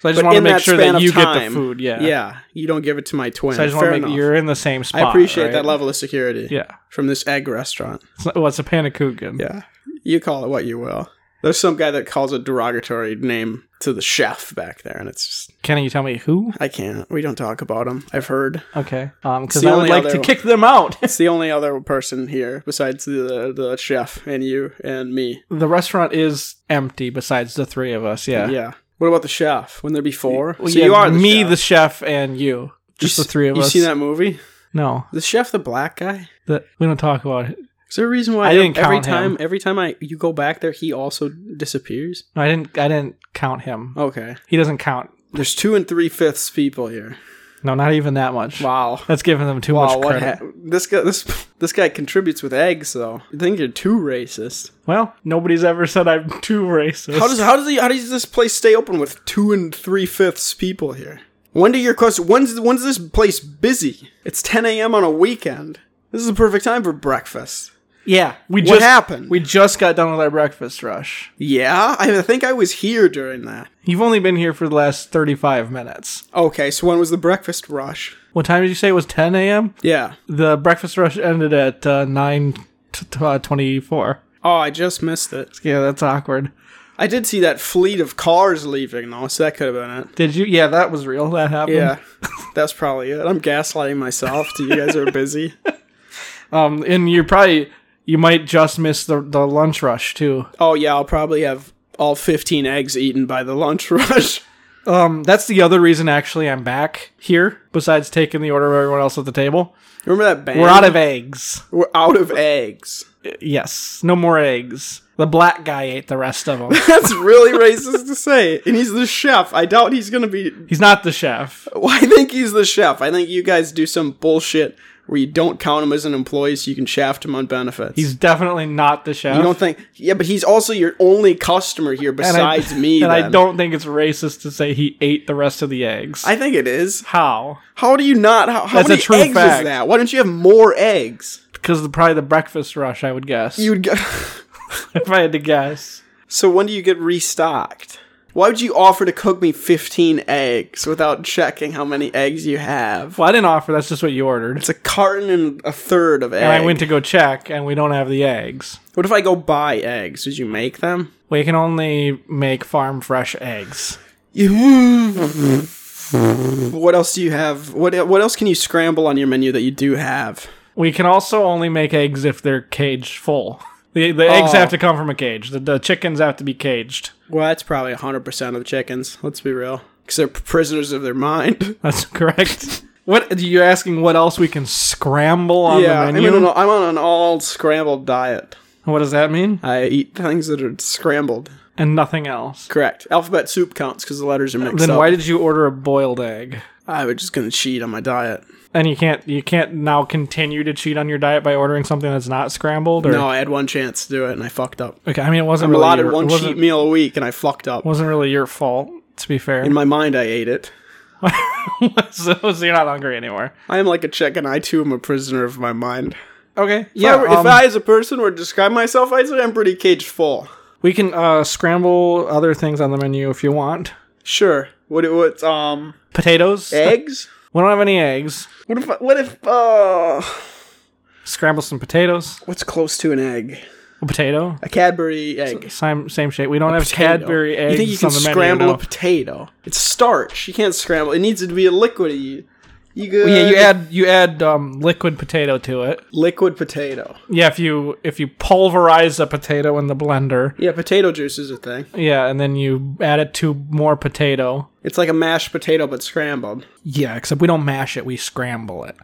So I just
But
want to
in
make
that
sure
span
that
of
you get
time-
the food. Yeah.
Yeah, you don't give it to my twin.
So I just want
Fair
to make
enough.
you're in the same spot.
I appreciate
right?
that level of security
Yeah. Mm-hmm.
from this egg restaurant.
It's not- well, it's a panakugan.
Yeah, you call it what you will. There's some guy that calls a derogatory name to the chef back there, and it's just
Can you tell me who?
I can't. We don't talk about him. I've heard
Okay. Um,
It's
because
the
I would
only
like
other
to
one.
kick them out.
it's the only other person here besides the the chef and you and me.
the restaurant is empty besides the three of us. Yeah.
Yeah. What about the chef? Wouldn't there be four?
Well, yeah, me, the chef, and you. Just
You
the three of
you
us.
You see that movie?
No,
The chef, the black guy.
that we don't talk about it.
Is there a reason why
I didn't
every
count him.
time every time I you go back there, he also disappears?
No, I didn't. I didn't count him.
Okay.
He doesn't count.
There's two and three fifths people here.
No, not even that much.
Wow.
That's giving them too
Wow,
much
what
credit.
ha- this guy this this guy contributes with eggs though. I think you're too racist.
well, nobody's ever said I'm too racist.
How does how does he, how does this place stay open with two and three fifths people here? When do your cus- when's when's this place busy? It's 10 a.m. on a weekend. This is the perfect time for breakfast.
Yeah, we
What
just
happened?
We just got done with our breakfast rush.
Yeah, I think I was here during that.
You've only been here for the last thirty-five minutes.
Okay, so when was the breakfast rush?
What time did you say it was? Ten a.m.
Yeah.
The breakfast rush ended at uh, nine t- t- uh, twenty-four.
Oh, I just missed it.
Yeah, that's awkward.
I did see that fleet of cars leaving though, so that could have been it.
Did you? Yeah, that was real. That happened.
Yeah, that's probably it. I'm gaslighting myself. Do you guys are busy?
Um, and you're probably you might just miss the the lunch rush too.
Oh yeah, I'll probably have all 15 eggs eaten by the lunch rush.
Um, that's the other reason actually I'm back here. Besides taking the order of everyone else at the table,
Remember that band?
we're out of eggs.
We're out of eggs.
Yes, no more eggs. The black guy ate the rest of them.
That's really racist to say. And he's the chef. I doubt he's gonna be.
He's not the chef.
Well, I think he's the chef. I think you guys do some bullshit where you don't count him as an employee, so you can shaft him on benefits.
He's definitely not the chef.
you don't think? Yeah, but he's also your only customer here
And I-
besides me.
And I
then.
don't think it's racist to say he ate the rest of the eggs.
I think it is.
How?
How do you not? How, how
That's a
many
true
eggs is
fact.
that? Why don't you have more eggs?
Because the, probably the breakfast rush, I would guess.
You'd go.
if I had to guess.
so when do you get restocked? Why would you offer to cook me 15 eggs without checking how many eggs you have?
Well, I didn't offer. That's just what you ordered.
It's a carton and a third of eggs.
And I went to go check, and we don't have the eggs.
What if I go buy eggs? Would you make them?
We can only make farm fresh eggs.
what else do you have? What what else can you scramble on your menu that you do have?
We can also only make eggs if they're cage full. The, the eggs
Oh.
have to come from a cage. The, the chickens have to be caged.
Well, that's probably 100% of the chickens. Let's be real. Because they're prisoners of their mind.
That's correct. What are you asking? What else we can scramble on
yeah,
the
I'm,
menu?
on a- I'm on an all scrambled diet.
What does that mean?
I eat things that are scrambled.
And nothing else.
Correct. Alphabet soup counts because the letters are mixed
Then
up.
why did you order a boiled egg?
I was just gonna cheat on my diet.
And you can't you can't now continue to cheat on your diet by ordering something that's not scrambled or
No, I had one chance to do it and I fucked up.
Okay, I mean it wasn't
I'm
really
allotted
your,
one
it wasn't,
cheat meal a week and I fucked up.
wasn't really your fault, to be fair.
In my mind, I ate it.
so, so you're not hungry anymore.
I am like a chicken. I too am a prisoner of my mind.
Okay.
Yeah, if, I, were- if
um,
I as a person were to describe myself, I'd say I'm pretty cage full.
we can uh, scramble other things on the menu if you want.
Sure. What it what um
Potatoes.
eggs?
We don't have any eggs.
What if I- what if uh
Scramble some potatoes.
what's close to an egg?
A potato.
A Cadbury egg.
Same same shape. We don't have
potato.
Cadbury eggs.
You think you can
on the
scramble
menu,
a potato? It's starch. You can't scramble. It needs to be a liquid. You, you could,
no. Yeah, you add you add um, liquid potato to it.
liquid potato.
Yeah, if you if you pulverize a potato in the blender,
Yeah, potato juice is a thing.
yeah, and then you add it to more potato.
It's like a mashed potato but scrambled.
Yeah, except we don't mash it; we scramble it.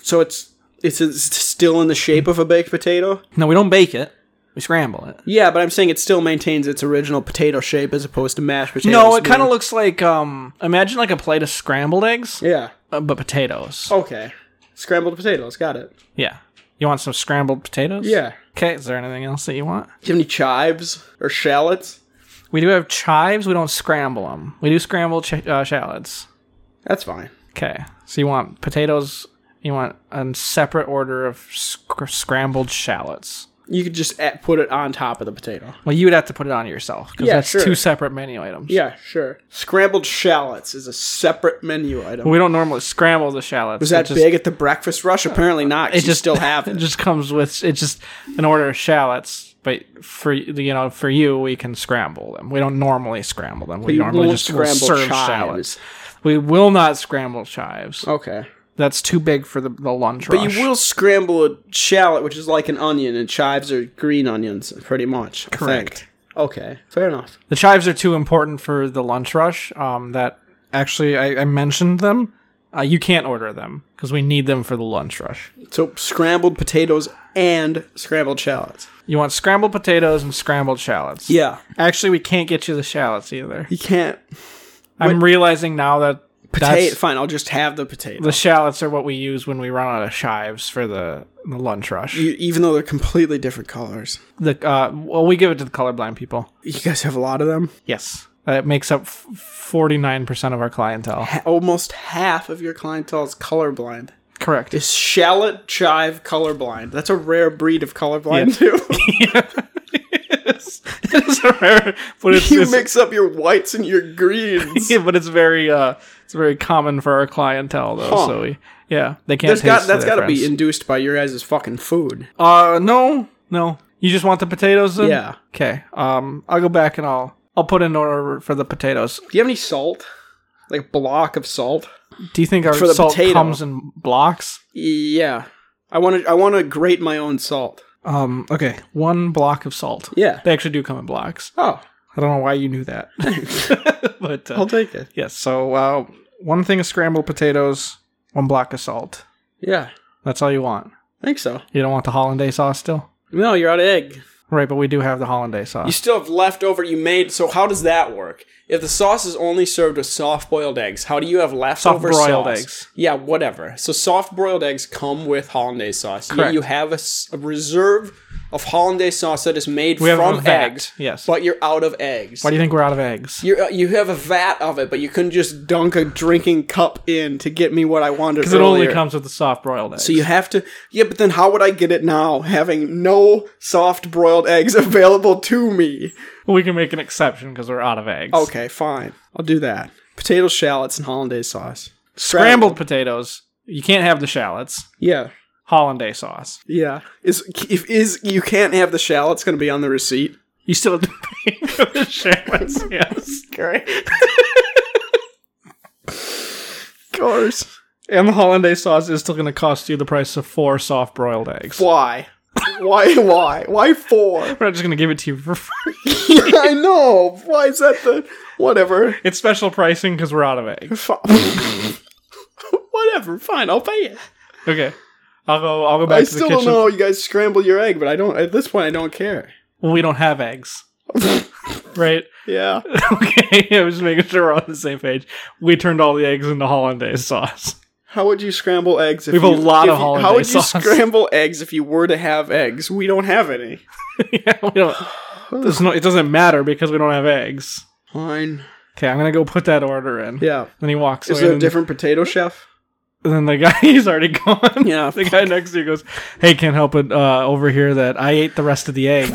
So it's it's, it's still in the shape of a baked potato.
No, we don't bake it; we scramble it.
Yeah, but I'm saying it still maintains its original potato shape as opposed to mashed potatoes.
No, it kind of
being-
looks like um, imagine like a plate of scrambled eggs,
yeah.
uh, but potatoes.
Okay, scrambled potatoes. Got it.
Yeah, you want some scrambled potatoes?
Yeah.
Okay, is there anything else that you want?
Do you have any chives or shallots?
We do have chives. We don't scramble them. We do scramble ch- uh, shallots.
That's fine.
Okay, so you want potatoes? You want a separate order of sc- scrambled shallots?
You could just add, put it on top of the potato.
Well, you would have to put it on yourself because
Yeah,
that's
sure.
two separate menu items.
Yeah, sure. Scrambled shallots is a separate menu item.
we don't normally scramble the shallots.
Was that
it just,
big at the breakfast rush? Apparently not.
It
It
just
still have
It
it.
just comes with it's just an order of shallots. But for you know, for you, we can scramble them. We don't normally scramble them. We
you
normally
won't
just will
scramble
serve
chives.
shallots. We will not scramble chives.
okay.
That's too big for the, the lunch
But
rush.
you will scramble a shallot, which is like an onion, and chives are green onions, pretty much. I think.
Correct.
Okay. Fair enough.
The chives are too important for the lunch rush. Um, that actually I, I mentioned them. Uh, you can't order them because we need them for the lunch rush.
So scrambled potatoes and scrambled shallots.
You want scrambled potatoes and scrambled shallots.
Yeah.
Actually, we can't get you the shallots either.
You can't.
I'm realizing now that
Potato.
that's,
Fine, I'll just have the potato.
the shallots are what we use when we run out of chives for the, the lunch rush.
You- even though they're completely different colors.
the uh, well, we give it to the colorblind people.
You guys have a lot of them?
Yes, that makes up forty nine percent of our clientele.
Ha- Almost half of your clientele is colorblind.
Correct.
Is shallot chive colorblind? That's a rare breed of colorblind, too.
it's rare, but it's,
you
it's-
mix up your whites and your greens.
yeah, but it's very uh, it's very common for our clientele though.
Huh.
So we, yeah, they can't.
There's
Taste
got
the
that's got to be
difference.
induced by your guys' fucking food.
Uh, no, no. You just want the potatoes? Then?
Yeah.
Okay. Um, I'll go back and I'll I'll put in order for the potatoes.
Do you have any salt? Like a block of salt?
Do you think our
For the
salt
potato.
comes in blocks?
Yeah. I want to I want to grate my own salt.
Um, okay, one block of salt.
Yeah.
They actually do come in blocks.
Oh,
I don't know why you knew that, but uh,
I'll take it.
yes. So uh, one thing of scrambled potatoes, one block of salt.
Yeah.
That's all you want.
I think so.
You don't want the hollandaise sauce still,
No, you're out of egg.
right? But we do have the hollandaise sauce.
You still have leftover you made, so how does that work? If the sauce is only served with soft boiled eggs, how do you have leftover
Soft-broiled
sauce?
eggs.
Yeah, whatever. So soft boiled eggs come with hollandaise sauce. Yet
Correct.
You have a, s- a reserve of hollandaise sauce that is made
have a
from
vat,
eggs.
yes.
But you're out of eggs.
why do you think we're out of eggs?
you you have a vat of it, but you couldn't just dunk a drinking cup in to get me what I wanted.
Because it only
earlier.
comes with the soft broiled eggs.
So you have to, yeah. But then how would I get it now, having no soft broiled eggs available to me?
we can make an exception because we're out of eggs.
Okay, fine. I'll do that. Potato shallots and hollandaise sauce.
Scrambled potatoes. You can't have the shallots.
Yeah,
Hollandaise sauce.
yeah. Is if is you can't have the shallots going to be on the receipt?
You still have to pay for the shallots. Yes.
Great. of course.
And the hollandaise sauce is still going to cost you the price of four soft broiled eggs.
Why? Why? Why? Why four?
We're not just going to give it to you for free.
I know. Why is that the whatever?
It's special pricing because we're out of eggs.
Why whatever. Fine, I'll pay it.
Okay. I'll go. I'll go back
I
to the
still
kitchen.
don't know how you guys scramble your egg, but I don't. At this point, I don't care.
Well, we don't have eggs, right?
Yeah.
okay, I was just making sure we're on the same page. We turned all the eggs into hollandaise sauce.
How would you scramble eggs? If
We have a
you-
lot
if
of
you- How
hollandaise
would you
sauce.
scramble eggs if you were to have eggs? We don't have any.
yeah, we don't. There's no. It doesn't matter because we don't have eggs.
Fine.
Okay, I'm gonna go put that order in.
Yeah.
Then he walks
Is
away.
there a
and
different potato chef?
And then the guy he's already gone.
Yeah,
the guy next to you goes, "Hey, can't help it uh, over here that I ate the rest of the egg."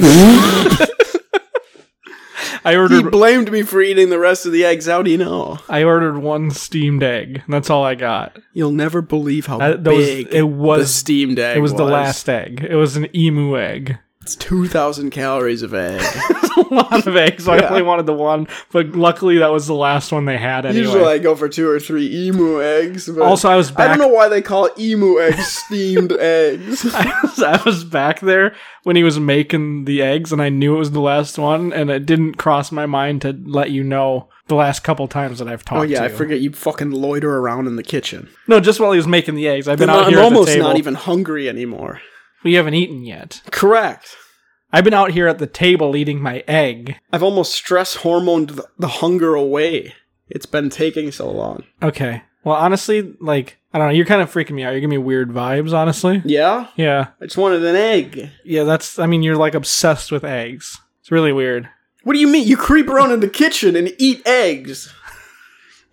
I
He
ordered
blamed me for eating the rest of the eggs. How do you know?
I ordered one steamed egg. And that's all I got.
You'll never believe how
That- that was-
big
it was-
the steamed egg.
It was the last egg. It was an emu egg.
It's two thousand calories of egg.
a lot of eggs. So I
Yeah.
only wanted the one, but luckily that was the last one they had anyway.
Usually I go for two or three emu eggs. But
also, I was back.
I don't know why they call emu eggs steamed eggs.
I was, I was back there when he was making the eggs, and I knew it was the last one, and it didn't cross my mind to let you know the last couple times that I've talked.
Oh yeah,
to
I
you.
forget you fucking loiter around in the kitchen.
No, just while he was making the eggs, I've been
I'm,
out
not-
here
I'm
at the
almost
table.
not even hungry anymore.
we haven't eaten yet.
Correct.
I've been out here at the table eating my egg.
I've almost stress hormoned the, the hunger away. It's been taking so long.
Okay. Well, honestly, like I don't know, you're kind of freaking me out. You're giving me weird vibes, honestly.
Yeah,
Yeah.
I just wanted an egg.
Yeah, that's. I mean, you're like obsessed with eggs. It's really weird.
What do you mean? You creep around in the kitchen and eat eggs.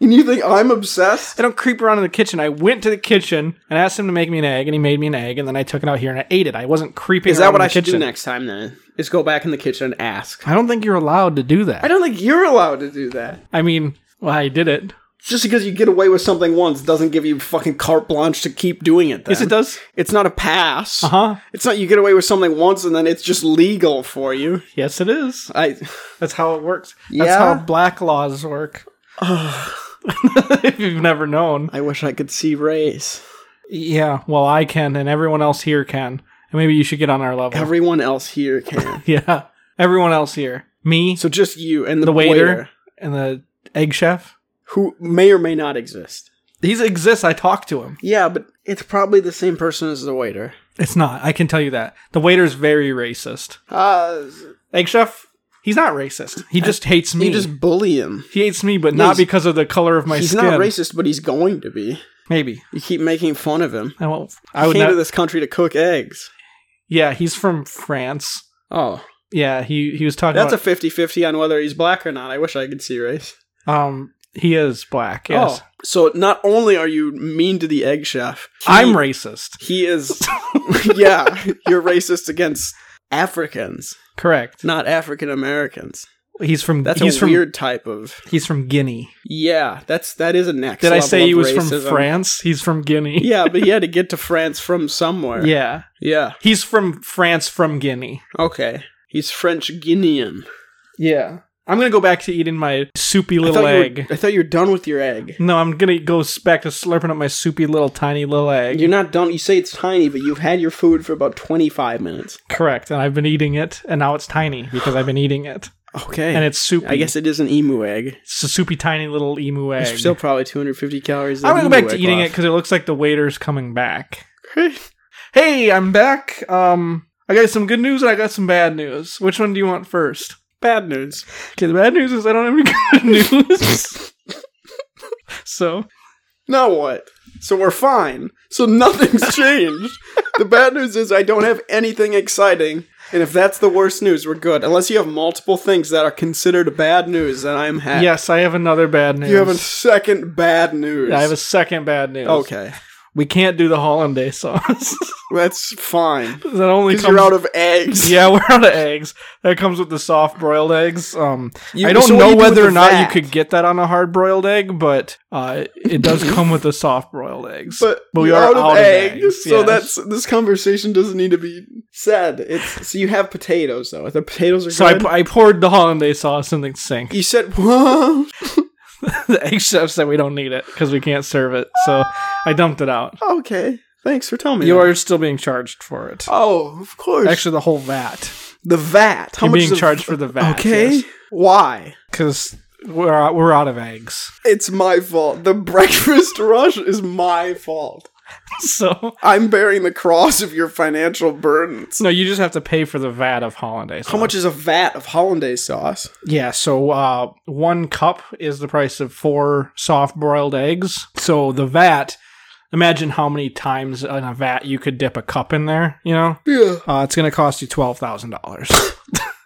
And you think I'm obsessed?
I don't creep around in the kitchen. I went to the kitchen and asked him to make me an egg, and he made me an egg, and then I took it out here and I ate it. I wasn't creeping.
Is that
around
what
in the
I should do
kitchen.
next time then? Is go back in the kitchen and ask.
I don't think you're allowed to do that.
I
I,
don't think you're allowed to do that.
mean, well, I did it.
Just because you get away with something once doesn't give you fucking carte blanche to keep doing it. Then.
Yes, it does.
It's not a pass.
Uh huh.
It's not you get away with something once and then it's just legal for you.
Yes, it is.
I
That's how it works. That's
Yeah?
how black laws work. if you've never known.
I wish I could see race.
Yeah, well, I can, and everyone else here can. And maybe you should get on our level.
Everyone else here can.
yeah. Everyone else here. Me,
so just you and the,
the waiter,
waiter,
and the egg chef.
who may or may not exist.
These exists. I talk to him.
Yeah, but it's probably the same person as the waiter.
It's not. I can tell you that. The waiter's very racist.
Uh,
Egg chef, he's not racist. He just hates me.
you just bully him.
he hates me, but not
he's-
because of the color of my
He's
skin.
not racist, but he's going to be.
Maybe.
You keep making fun of him.
I won't.
I
I would
came to
not.
this country to cook eggs.
Yeah, he's from France.
Oh,
Yeah, he he was talking
that's a
about.
50-50 on whether he's black or not. I wish I could see race.
um, he is black. Yes,
Oh, so not only are you mean to the egg chef, he-
I'm racist.
He is. yeah, you're racist against Africans,
Correct.
not African Americans.
He's from.
That's
he's
a
from,
weird type of.
He's from Guinea.
Yeah, that's that is a next.
Did I
level
say
of
he was from
racism.
France? He's from Guinea.
yeah, but he had to get to France from somewhere.
yeah.
yeah.
He's from France from Guinea.
Okay, he's French Guinean.
Yeah. I'm gonna go back to eating my soupy
I
little
thought,
egg.
you were, I thought you were done with your egg.
No, I'm gonna go s- back to slurping up my soupy little tiny little egg.
You're not done. You say it's tiny, but you've had your food for about 25 minutes.
Correct. And I've been eating it, and now it's tiny because I've been eating it,
Okay,
and it's soupy.
I guess it is an emu egg.
it's a soupy tiny little emu egg.
It's still probably 250 calories.
I'm gonna go back to eating it because it looks like the waiter's coming back.
because.
Hey, I'm back. Um, I got some good news and I got some bad news. Which one do you want first?
Bad news.
Okay, the bad news is I don't have any good news. so
Now what? So we're fine. So nothing's changed. the bad news is I don't have anything exciting. And if that's the worst news, we're good. Unless you have multiple things that are considered bad news, then I'm happy.
yes, I have another bad news.
You have a second bad news.
I have a second bad news.
okay.
we can't do the hollandaise sauce.
That's fine.
that only
Because
comes.
you're out of eggs.
yeah, we're out of eggs. That comes with the soft broiled eggs. Um,
You-
I don't
so what do
know
you do
whether
with
or not
that?
you could get that on a hard broiled egg, but uh, it does come with the soft broiled eggs.
But,
we
you're
are
out, of eggs. So
yes.
that's this conversation doesn't need to be said. It's so you have potatoes though. The potatoes are
so I,
good.
pu- I poured the hollandaise sauce in the sink.
you said what?
the egg chef said we don't need it because we can't serve it, so I dumped it out.
Okay. Thanks for telling me.
You
that.
are still being charged for it.
Oh, of course.
Actually, the whole vat.
The VAT. How
You're
much is
being
a-
charged for the VAT.
Okay. Why?
because We're out, we're out of eggs.
It's my fault. The breakfast rush is my fault.
So
I'm bearing the cross of your financial burdens.
no, you just have to pay for the vat of hollandaise.
How much is a vat of hollandaise sauce?
Yeah, so uh, one cup is the price of four soft boiled eggs. So the vat, imagine how many times in a vat you could dip a cup in there, you know?
Yeah.
Uh, it's going to cost you $12,000.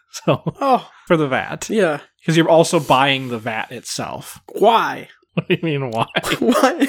so
Oh,
for the vat.
yeah.
Because you're also buying the vat itself.
Why?
What do you mean, why?
Why?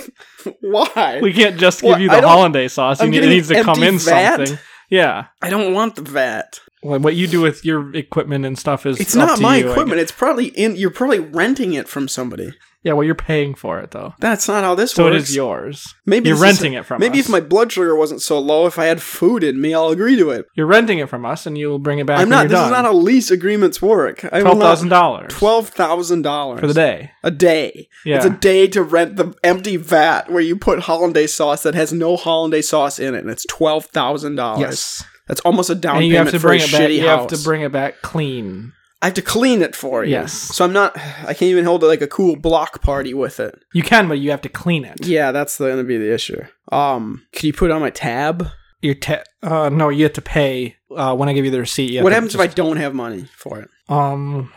Why?
We can't just give
What?
you
I
the
don't-
hollandaise sauce. You
I'm
need, it
getting
needs to
an
come
empty
in
vat?
something. Yeah.
I don't want the vat.
Like, what you do with your equipment and stuff is
It's
up
not
to
my
you, I
equipment. It's probably in. You're probably renting it from somebody.
guess. Yeah, well, you're paying for it, though.
That's not how this
So
works.
it is yours.
Maybe
you're
this is-
renting it from
Maybe
us.
if my blood sugar wasn't so low, if I had food in me, I'll agree to it.
You're renting it from us, and you'll bring it back.
I'm
when
not.
you're
This
done.
is not how lease agreements work. I will
twelve
not-
thousand dollars.
Twelve thousand dollars
for the day.
A day.
Yeah.
It's a day to rent the empty vat where you put hollandaise sauce that has no hollandaise sauce in it, and it's twelve thousand dollars. That's almost a down
and
payment
you have to
for
bring
a
it back.
shitty
You
house.
have to bring it back clean.
I have to clean it for you.
Yes.
So I'm not. I can't even hold like a cool block party with it.
You can, but you have to clean it.
Yeah, that's the, gonna be the issue. Um, could you put it on my tab?
Your te- uh, no, you have to pay uh, when I give you the receipt. You have
what
to
happens if I
just-
don't have money for it?
Um,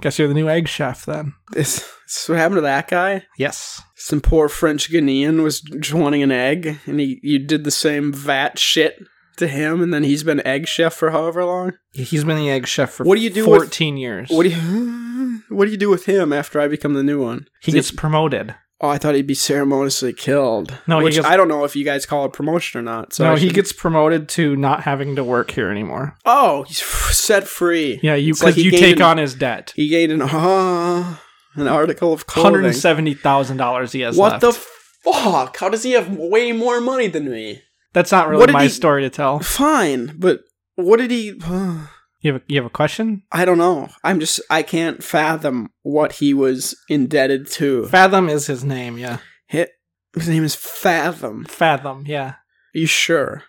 guess you're the new egg chef then.
This, this is what happened to that guy.
Yes.
Some poor French Ghanaian was just wanting an egg, and he you did the same vat shit to him, and then he's been egg chef for however long.
He's been the egg chef for
What do you do with-
fourteen years.
What do you What do you do with him after I become the new one?
he
Does
gets promoted.
Oh, I thought he'd be ceremoniously killed.
No, he
which
gets-
I don't know if you guys call it promotion or not. So
no,
I
he
should-
gets promoted to not having to work here anymore.
Oh, he's f- set free.
Yeah, you
It's like he
because you
gained
take
an-
on his debt.
He gained an uh, an article of
One hundred
clothing.
and seventy thousand dollars he has
What
left.
the fuck? How does he have way more money than me?
That's not really
What did
my
he-
story to tell.
Fine, but what did he? uh,
You have a, you have a question?
I don't know. I'm just I can't fathom what he was indebted to.
Fathom is his name, yeah.
Hit. His name is Fathom.
Fathom, yeah.
Are you sure?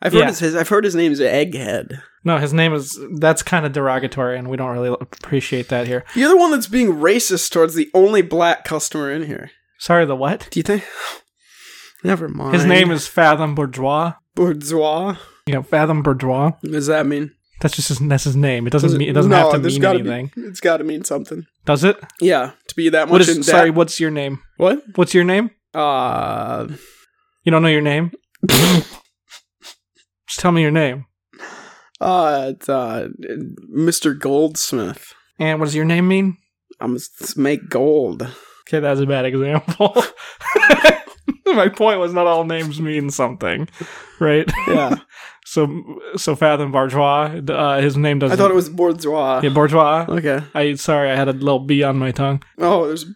I've heard
Yeah.
his, I've heard his name's Egghead.
No, his name is that's kind of derogatory, and we don't really appreciate that here.
You're the one that's being racist towards the only black customer in here.
Sorry, the what?
Do you think? Never mind.
His name is Fathom Bourgeois.
Bourgeois.
You know, Fathom Bourgeois.
What does that mean?
That's just his, that's his name. It doesn't
Does
mean it doesn't
no,
have to
there's
mean
gotta be-
anything,
it's got to mean something.
does it?
Yeah, to be that much
What
in debt.
is sorry? What's your name?
What?
What's your name?
Uh,
You don't know your name? just tell me your name.
uh, it's, uh, Mr. Goldsmith.
And what does your name mean?
I must make gold.
Okay, that's a bad example. My point was not all names mean something, right?
Yeah,
So, so Fathom Bourgeois. Uh, his name
I
doesn't.
thought it was bourgeois.
yeah, Bourgeois.
Okay.
I sorry, I had a little bee on my tongue.
Oh, there's.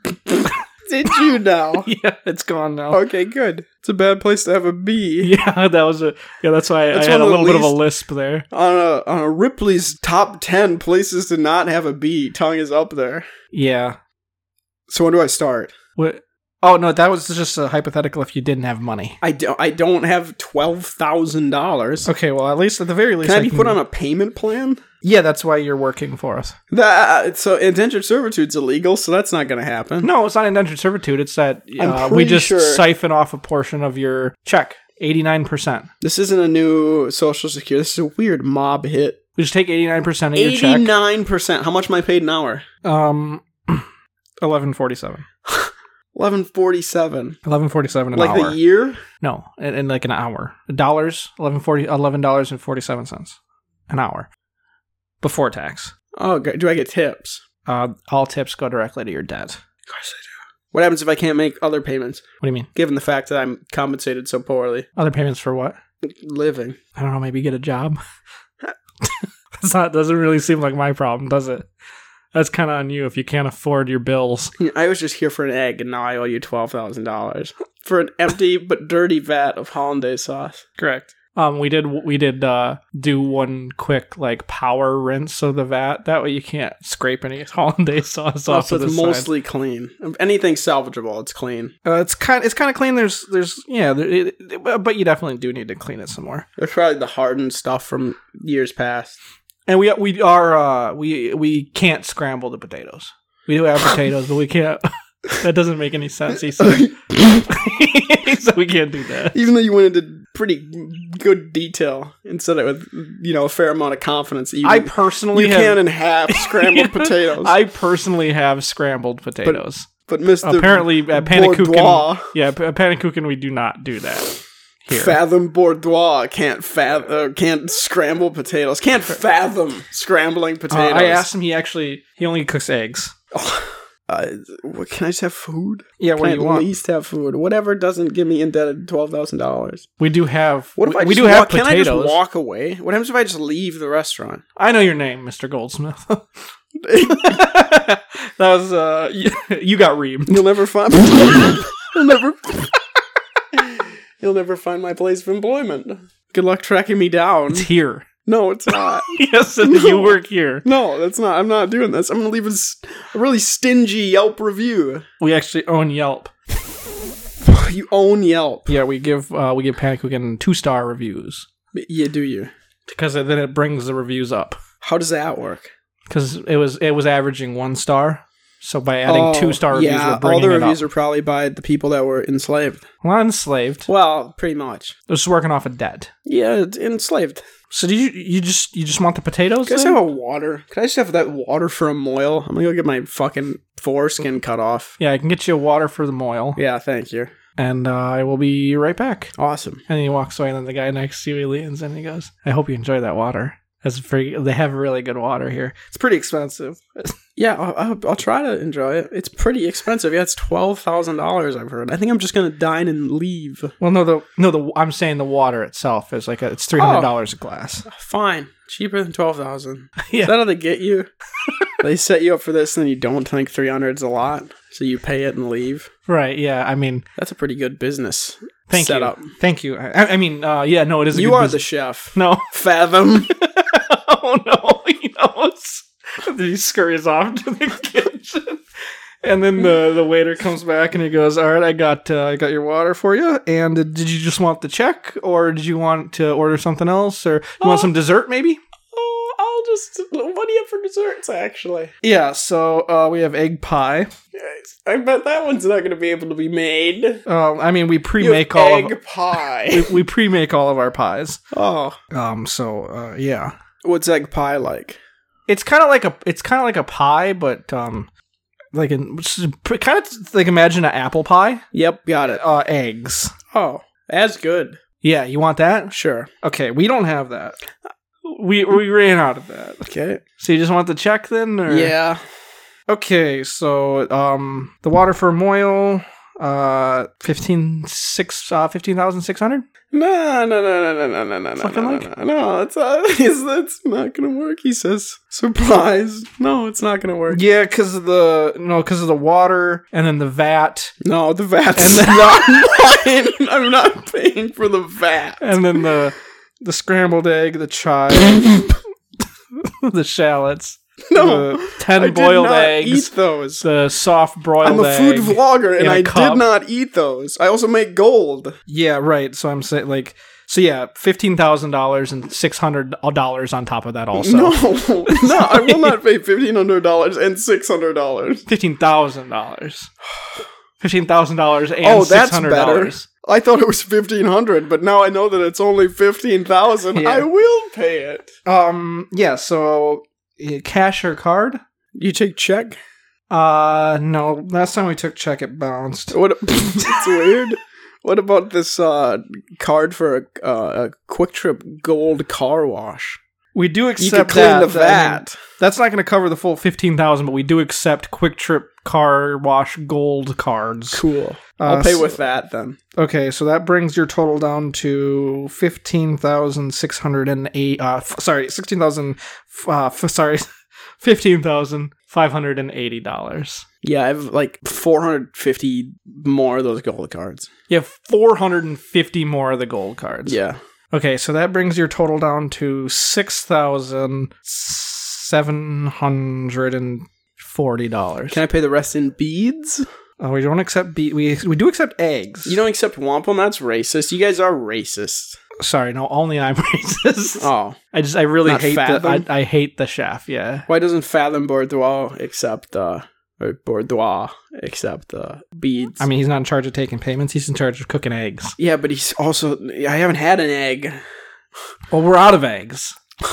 Did you now?
Yeah, it's gone now.
Okay, good. It's a bad place to have a bee.
Yeah, that was a yeah. That's why
That's
I had
one
a
of the
little bit of a
least-
lisp there.
On a on a Ripley's top ten places to not have a bee, tongue is up there.
Yeah.
So when do I start?
What? Oh no, that was just a hypothetical. If you didn't have money.
I don't I don't have twelve thousand dollars.
Okay, well, at least at the very least,
Can I be put on a payment plan?
Yeah, that's why you're working for us.
That so indentured servitude's illegal, so that's not gonna happen.
No, it's not indentured servitude. It's that
I'm
uh, we
pretty
just
sure-
siphon off a portion of your check, eighty nine percent.
This isn't a new social security. This is a weird mob hit.
We just take eighty nine percent of your
Eighty
check.
nine percent. How much am I paid an hour?
Um, eleven forty seven.
Eleven forty seven.
Eleven forty seven an
Like
hour.
the year?
No, in, in like an hour. Dollars, eleven forty, eleven dollars and forty seven cents, an hour, before tax.
Oh, God. do I get tips?
Uh, all tips go directly to your debt.
Of course I do. What happens if I can't make other payments?
What do you mean?
Given the fact that I'm compensated so poorly,
Other payments for what?
living.
I don't know. Maybe get a job. That's not. Doesn't really seem like my problem, does it? That's kind of on you if you can't afford your bills.
I was just here for an egg, and now I owe you twelve thousand dollars for an empty but dirty vat of hollandaise sauce.
Correct. Um, we did we did uh, do one quick like power rinse of the vat. That way you can't scrape any hollandaise sauce off
so
of the
it's
sides.
mostly clean. If anything salvageable, it's clean.
Uh, it's kind. It's kind of clean. There's. There's. Yeah. There, it, it- but you definitely do need to clean it some more.
It's probably the hardened stuff from years past.
And we we are. Uh, we we can't scramble the potatoes. We do have potatoes, but we can't. That doesn't make any sense. He said. so we can't do that.
Even though you went into pretty good detail and said it with, you know, a fair amount of confidence. that You,
I personally
you
have,
can in half scrambled potatoes.
I personally have scrambled potatoes.
but Mr.
Apparently, uh, at
Bourdois-
Panakukin, yeah, p- at Panakukin, we do not do that here.
Fathom Bourdois can't fathom uh, can't scramble potatoes. Can't fathom scrambling
Uh,
potatoes.
I asked him. He actually he only cooks eggs.
Uh, what, can I just have food?
Yeah,
Can
what
I
do
at
you want?
least have food? Whatever doesn't give me indebted twelve thousand dollars.
We do have.
What if
we,
I
we
just
do have
walk- Can I just
potatoes? I,
walk away? What happens if I just leave the restaurant?
know your name, Mr. Goldsmith. that was uh, you, you got reamed.
You'll never find. you'll never. you'll never find my place of employment. Good luck tracking me down.
It's here.
No, it's not.
Yes, and you work here.
No, that's not. I'm not doing this. I'm gonna leave a, s- a really stingy Yelp review.
We actually own Yelp.
You own Yelp.
Yeah, we give uh, we give Panakukin two star reviews
Yeah, do you?
because then it brings the reviews up.
How does that work?
Because it was it was averaging one star, so by adding
Oh,
two star reviews,
yeah,
we're bringing
all the reviews
it up.
are probably by the people that were enslaved.
well, enslaved.
Well, pretty much.
They're just working off a debt.
Yeah, it's enslaved.
So do you you just you just want the potatoes?
Can I just
then?
have a water? Can I just have that water for a moil? I'm gonna go get my fucking foreskin cut off.
yeah, I can get you a water for the moil,
Yeah, thank you.
and uh, I will be right back.
Awesome.
And he walks away, and then the guy next to you he leans in and he goes, "I hope you enjoy that water. That's very. They have really good water here. It's pretty expensive.
Yeah, I'll, I'll, I'll try to enjoy it. It's pretty expensive. Yeah, it's twelve thousand dollars. I've heard. I think I'm just gonna dine and leave.
Well, no, the no, the I'm saying the water itself is like a, it's three hundred
Oh.
dollars a glass.
Fine, cheaper than twelve thousand.
Yeah.
Is that how they get you? they set you up for this, and then you don't think three hundred's a lot, so you pay it and leave.
Right? Yeah. I mean,
That's a pretty good business.
thank you.
setup.
Thank you. I, I mean, uh, yeah. No, it is. A
You
good
are the
business.
chef.
no.
Fathom.
oh no! He knows. Then he scurries off to the kitchen, and then the the waiter comes back and he goes, "All right, I got uh, I got your water for you. And uh, did you just want the check, or did you want to order something else, or you want some dessert maybe?"
oh, I'll just. What do you have for desserts? Actually,
Yeah. So uh, we have egg pie.
I bet that one's not gonna be able to be made.
Um, I mean, we
You have
pre-make all of,
egg pie.
we, we pre-make all of our pies.
oh,
Um. So uh, yeah,
what's egg pie like?
it's kind of like a it's kind of like a pie, but um, like in kind of like imagine an apple pie.
Yep, got it.
Uh, eggs.
Oh, as good.
Yeah, you want that?
Sure.
Okay, we don't have that. We we ran out of that.
Okay.
So you just want the check then? Or?
Yeah.
Okay, so um, the water for Moyle, uh, fifteen six uh fifteen thousand six hundred.
No, no, no, no, no, no, no, no,
Fucking
no,
like-
no, no. It's, uh, it's that's not gonna work. He says, "Surprise! No, it's not gonna work.
Yeah, because of the no, because of the water, and then the vat,
No, the vat's
And then-
not mine. I'm not paying for the vat.
and then the the scrambled egg, the chive, the shallots,
No,
the
I
ten
did
boiled
not
eggs,
Eat those.
the soft broiled.
I'm a food
egg.
vlogger,
in
and
a
I
cup.
did not eat those. I also make gold.
Yeah, right. So I'm saying like so yeah, fifteen thousand dollars and six hundred dollars on top of that also.
No, no, I will not pay fifteen hundred dollars and six hundred dollars.
Fifteen thousand dollars. Fifteen thousand dollars and
Oh,
six
that's
hundred
better.
dollars.
I thought it was fifteen hundred, but now I know that it's only fifteen thousand.
Yeah.
I will pay it.
Um yeah, so uh, cash or card?
You take check.
Uh no. Last time we took check it bounced.
What? It's weird. What about this uh, card for a, uh, a Quick Trip Gold Car Wash?
We do accept
You could clean
that,
the
that- I mean,
vat.
that's not gonna cover the full fifteen thousand, but we do accept quick trip car wash gold cards.
Cool.
Uh,
I'll pay
so-
with that then.
Okay, so that brings your total down to fifteen thousand six hundred and eight. Uh, f- sorry, sixteen thousand. Uh, f- sorry, fifteen thousand five hundred and eighty dollars.
Yeah, I have like 450 more of those gold cards.
You have four hundred and fifty more of the gold cards.
Yeah.
Okay, so that brings your total down to six thousand seven hundred and forty dollars.
Can I pay the rest in beads?
Uh, we don't accept be- we we do accept eggs.
You don't accept wampum? That's racist. You guys are racist.
sorry, no, only I'm racist.
Oh.
I just I really
Not
hate the
Fathom?
I, I hate the chef. Yeah.
Why doesn't Fathom Bourdois accept uh, or Bordeaux, except the beads.
I mean, he's not in charge of taking payments. He's in charge of cooking eggs.
yeah, but he's also. I haven't had an egg.
Well, we're out of eggs,
I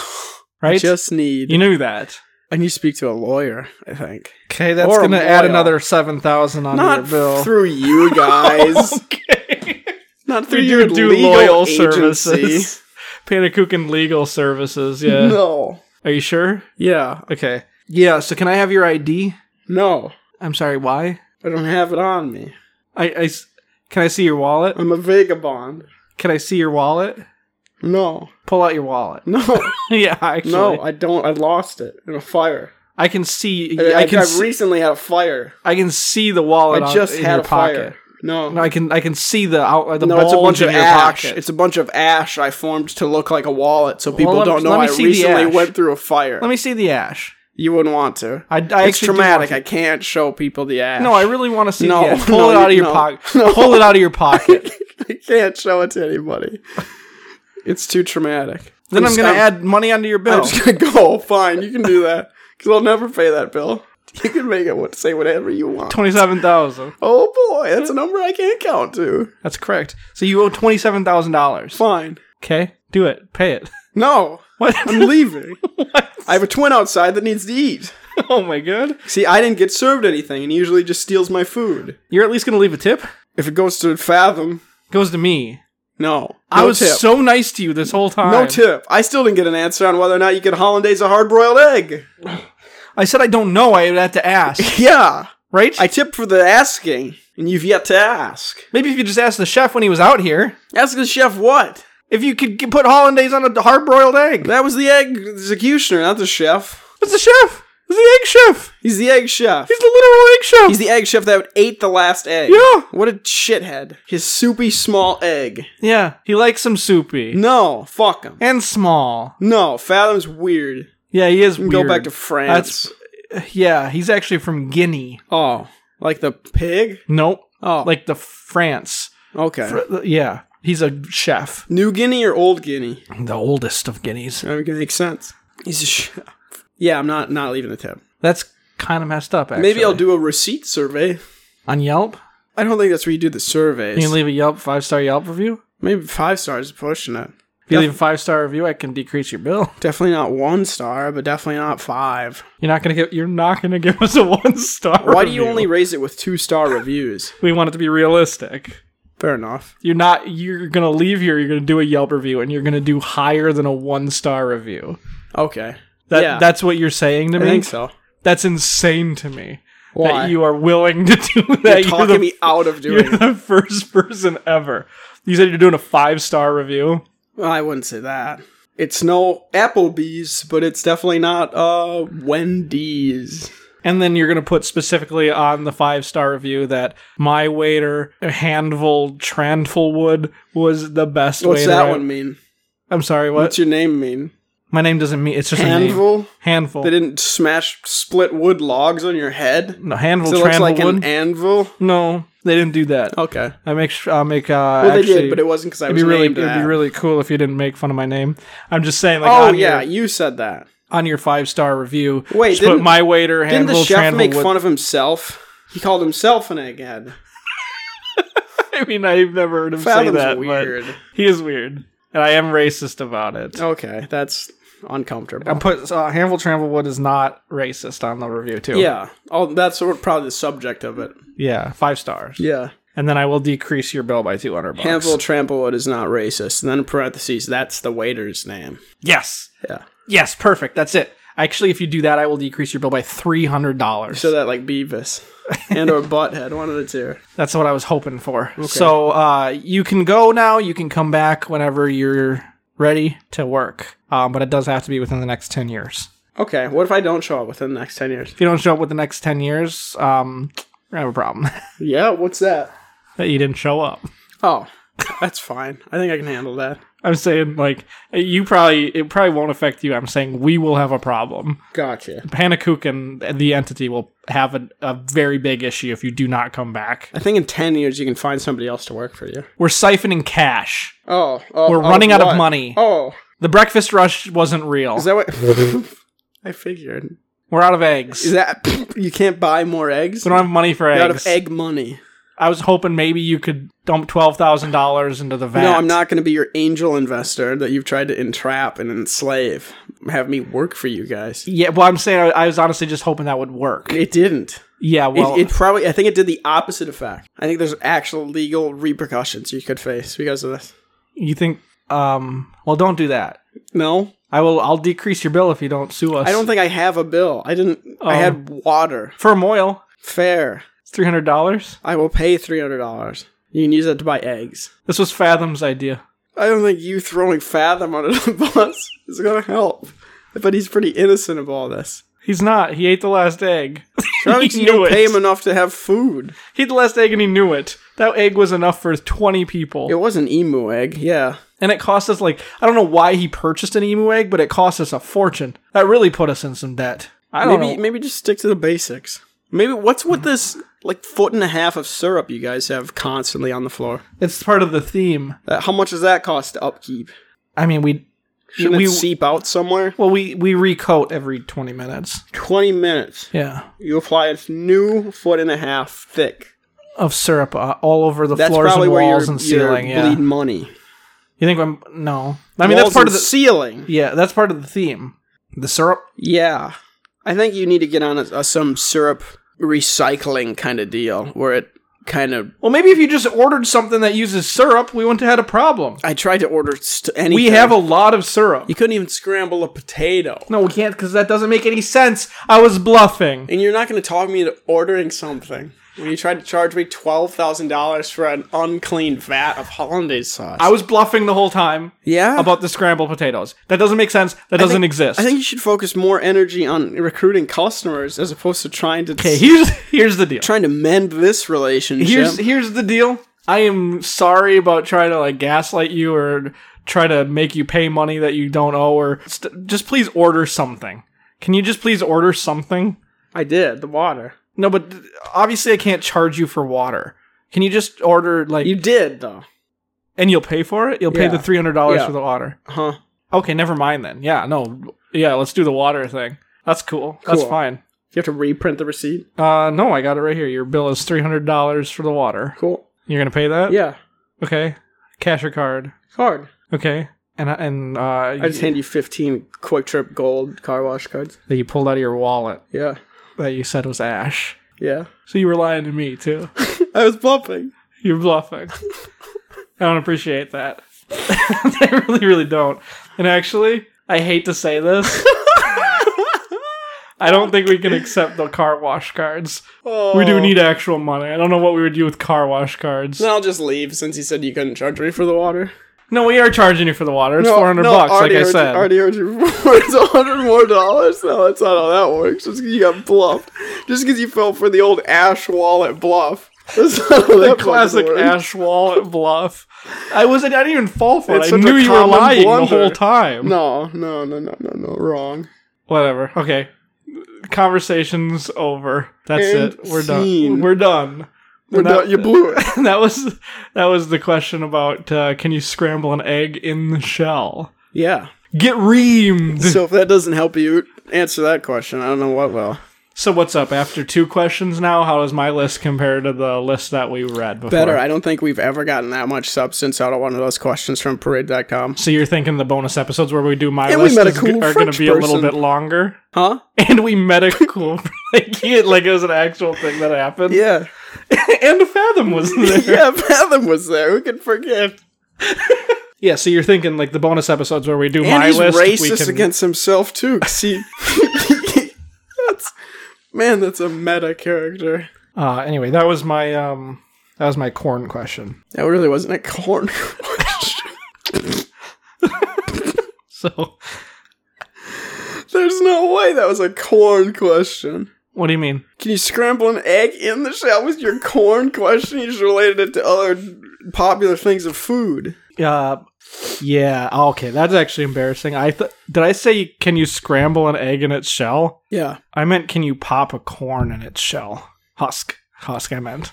right?
just need.
you knew that.
I need to speak to a lawyer. I think
Okay, that's
Or
going to add
loyal.
another seven thousand on your
not
bill.
through you guys.
okay.
not through
We
your
do do
legal
loyal
agency.
services. Panakukan legal services. Yeah.
No.
Are you sure?
Yeah.
Okay. Yeah. So can I have your ID?
No.
I'm sorry. Why?
I don't have it on me.
I, I s- can I see your wallet?
I'm a vagabond.
Can I see your wallet?
No.
Pull out your wallet.
No.
yeah, actually,
no. I don't. I lost it in a fire.
I can see.
I,
I, can.
I
see,
recently had a fire.
I can see the wallet.
I
on-
just
in
had
your
a
pocket.
fire. No.
No, I can. I can see the out. The
no,
bulge
it's a bunch
in
of
your
ash.
pocket.
It's a bunch of ash I formed to look like a wallet, so people
let-
don't know
let
I
me see the
recently
ash.
went through a fire.
Let me see the ash.
you wouldn't want to.
I. I
it's
actually do
traumatic. I
want
can't show people the ash.
to- no, I really want to see.
No,
the ash. pull
no,
it out of
you-
your
no.
pocket.
No.
Pull it out of your pocket.
I can't show it to anybody. It's too traumatic.
then I'm
just-
gonna add money onto your
I'm
bill.
just gonna go. "Oh, Fine, you can do that because I'll never pay that bill. You can make it what say whatever you want.
Twenty-seven thousand.
Oh boy, that's a number I can't count to.
That's correct. So you owe twenty-seven thousand dollars.
Fine.
Okay, do it. Pay it.
No,
What?
I'm leaving. I have a twin outside that needs to eat.
oh my god.
See, I didn't get served anything, and he usually just steals my food.
You're at least gonna leave a tip.
If it goes to Fathom,
Goes to me.
no, no
I was
tip.
so nice to you this whole time.
no tip. I still didn't get an answer on whether or not you get hollandaise a hard-boiled egg.
I said I don't know. I would have to ask,
Yeah,
right?
I tipped for the asking, and you've yet to ask.
Maybe if you just asked the chef when he was out here,
Ask the chef what?
if you could g- put hollandaise on a hard-boiled egg.
That was the egg executioner, not the chef.
What's the chef? It's the egg chef.
He's the egg chef.
He's the literal egg chef.
He's the egg chef that ate the last egg.
Yeah.
What a shithead. His soupy small egg.
yeah, he likes some soupy
No, fuck him.
and small.
No, Fathom's weird.
Yeah, he is. Weird.
Go back to France.
yeah. He's actually from Guinea.
oh, like the pig?
Nope,
Oh,
like the France.
okay.
Fr- yeah, he's a chef.
New Guinea or Old Guinea?
The oldest of guineas.
That can make sense. He's a chef. Yeah, I'm not not leaving the tip.
That's kind of messed up. Actually.
Maybe I'll do a receipt survey.
on Yelp.
I don't think that's where you do the surveys.
Can you leave a Yelp five star Yelp review?
Maybe five stars is pushing it.
If you leave a five star review, I can decrease your bill.
Definitely not one star, but definitely not five.
You're not gonna get. You're not gonna give us a one star.
Why do you only raise it with two star reviews?
We want it to be realistic.
Fair enough.
You're not. You're gonna leave here. You're gonna do a Yelp review, and you're gonna do higher than a one star review.
Okay.
That
Yeah.
that's what you're saying to
I
me.
think so.
That's insane to me.
Why?
That you are willing to do
You're
that.
talking
the,
me out of
you're
doing it.
the first person ever. You said you're doing a five star review.
Well, I wouldn't say that. It's no Applebee's, but it's definitely not uh Wendy's.
And then you're going to put specifically on the five star review that my waiter, Handful Trandfulwood, was the best
What's
waiter.
that
I-
one mean?
I'm sorry, what?
What's your name mean?
my name doesn't mean it's just a name.
Anvil?
Handful.
They didn't smash split wood logs on your head?
no, Handful
So it looks like an
Trandfulwood.
anvil?
no, they didn't do that.
Okay.
I make sure I'll make. Uh,
Well,
actually,
they did, but it wasn't because I
it'd
was
be really,
named
it'd be
that.
really cool if you didn't make fun of my name. I'm just saying, like,
oh,
on
yeah,
your,
you said that.
on your five star review,
Wait,
just put
didn't-
my waiter
Didn't the
Handful
chef make
Trandfulwood-
fun of himself? He called himself an egghead.
I mean, I've never heard him
Fathom's
say that.
weird.
But he is weird, and I am racist about it.
Okay, that's uncomfortable.
I'm put uh, Hanville Tramplewood is not racist on the review too.
yeah. Oh, that's sort of probably the subject of it.
yeah, five stars.
Yeah.
And then I will decrease your bill by two hundred bucks.
Handful Tramplewood is not racist. And then in parentheses, that's the waiter's name.
Yes.
Yeah.
Yes. Perfect. That's it. Actually, if you do that, I will decrease your bill by three hundred dollars.
So that like Beavis and or Butthead, one of the two.
That's what I was hoping for. So uh, you can go now. You can come back whenever you're ready to work. Um, but it does have to be within the next ten years.
Okay, what if I don't show up within the next 10 years?
If you don't show up with the next ten years, um, we're gonna have a problem
Yeah, what's that?
that you didn't show up.
Oh, that's fine. I think I can handle that.
I'm saying like you probably it probably won't affect you. I'm saying we will have a problem.
Gotcha.
Panakukan, the entity, will have a, a very big issue if you do not come back.
I think in 10 years you can find somebody else to work for you.
We're siphoning cash.
Oh, oh
We're running out of
what?
money.
Oh,
The breakfast rush wasn't real.
is that what? I figured.
We're out of eggs.
Is that you can't buy more eggs?
we don't have money for
You're
eggs.
out of egg money.
I was hoping maybe you could dump twelve thousand dollars into the vat.
No, I'm not going to be your angel investor that you've tried to entrap and enslave. Have me work for you guys.
Yeah, well, I'm saying I, I was honestly just hoping that would work.
It didn't.
Yeah,
It,
well,
it probably. I think it did the opposite effect. I think there's actual legal repercussions you could face because of this.
you think? Um, well, don't do that.
No,
I will. I'll decrease your bill if you don't sue us.
I don't think I have a bill. I didn't. I
Oh.
had water.
for Moyle.
Fair.
It's three hundred dollars.
I will pay three hundred dollars. You can use that to buy eggs.
This was Fathom's idea.
I don't think you throwing Fathom under the bus is gonna help. But he's pretty innocent of all this.
He's not. He ate the last egg.
Probably
He
you don't
knew
pay
it.
him enough to have food.
he ate the last egg and he knew it. That egg was enough for twenty people,
It was an emu egg, yeah.
and it cost us like I don't know why he purchased an emu egg, but it cost us a fortune. That really put us in some debt. I don't
Maybe
know.
maybe just stick to the basics. Maybe what's with this like foot and a half of syrup you guys have constantly on the floor?
It's part of the theme.
Uh, how much does that cost to upkeep?
I mean, we
Shouldn't
we
it seep out somewhere?
well we we recoat every twenty minutes.
Twenty minutes.
Yeah,
You apply a new foot and a half thick.
of syrup uh, all over the
That's
floors
probably
and
where you're,
walls and
you're
ceiling. Yeah,
bleeding money.
you think I'm no? I mean, that's
Walls
part
and
of the
ceiling.
yeah. That's part of the theme. The syrup.
Yeah, I think you need to get on a, a- some syrup recycling kind of deal where it kind of.
Well, maybe if you just ordered something that uses syrup, we wouldn't have had a problem.
I tried to order st- anything.
We have a lot of syrup.
You couldn't even scramble a potato,
No, we can't because that doesn't make any sense. I was bluffing.
and you're not going to talk me into ordering something when you tried to charge me twelve thousand dollars for an unclean vat of hollandaise sauce.
I was bluffing the whole time
yeah.
about the scrambled potatoes. That doesn't make sense. That doesn't exist.
I think you should focus more energy on recruiting customers as opposed to trying to
okay, here's here's the deal.
trying to mend this relationship.
Here's here's the deal. I am sorry about trying to like gaslight you or try to make you pay money that you don't owe or st- just please order something. Can you just please order something?
I did the water.
No, but th- obviously I can't charge you for water. Can you just order like
You did though,
and you'll pay for it? You'll pay
Yeah.
the three hundred dollars
Yeah.
for the water.
huh?
Okay, never mind then. Yeah, no, yeah, let's do the water thing. That's cool. That's
Cool.
fine.
You have to reprint the receipt.
Uh, no, I got it right here. Your bill is three hundred dollars for the water.
Cool.
You're gonna pay that?
Yeah.
Okay. Cash or card?
Card.
Okay. And I- and uh,
I just hand you 15 Quick Trip Gold car wash cards.
that you pulled out of your wallet
Yeah.
that you said was ash.
Yeah.
So you were lying to me too.
I was bluffing.
You're bluffing. I don't appreciate that. I really, really don't. And actually, I hate to say this. I don't think we can accept the car wash cards.
Oh.
We do need actual money. I don't know what we would do with car wash cards.
Then
No,
I'll just leave since he said you couldn't charge me for the water.
we are charging you for the water. It's
No,
four hundred
no,
bucks, like
already
I
heard
said.
You, already heard you before. It's 100 more dollars. No, that's not how that works. Just 'cause you got bluffed. Just because you fell for the old Ash wallet bluff. That's not how
the
that
classic
works.
ash wallet bluff. I wasn't. I didn't even fall for it.
It's
I
such
knew
a
you were
common
lying the
blunder.
whole time.
No, no, no, no, no, no. Wrong.
Whatever. Okay. Conversations over. That's
End
it. We're
scene.
done. We're done.
We're
not-
not, you blew it.
that was that was the question about uh, can you scramble an egg in the shell?
Yeah.
Get reamed. So,
So if that doesn't help you answer that question, I don't know what will.
what's up? After two questions now, how does my list compare to the list that we read before?
better. I don't think we've ever gotten that much substance out of one of those questions from parade.com.
So you're thinking the bonus episodes where we do my
And we
list
met a
is g-
cool
are going to
French
be a little
person.
bit longer?
Huh?
And we met a cool like it like it was an actual thing that happened.
Yeah.
And Fathom was there.
yeah, Fathom was there. Who can forget?
Yeah, so you're thinking like the bonus episodes where we do
And
my
he's
list. we
racist
can,
against himself too. 'cause he that's man, that's a meta character.
Uh, anyway, that was my um, that was my corn question.
That really wasn't a corn question.
So,
There's no way that was a corn question.
what do you mean?
Can you scramble an egg in the shell? Was your corn question? You just related it to other popular things of food.
Uh, yeah. oh, Okay, that's actually embarrassing. I th- did I say can you scramble an egg in its shell?
Yeah.
I meant can you pop a corn in its shell husk husk? I meant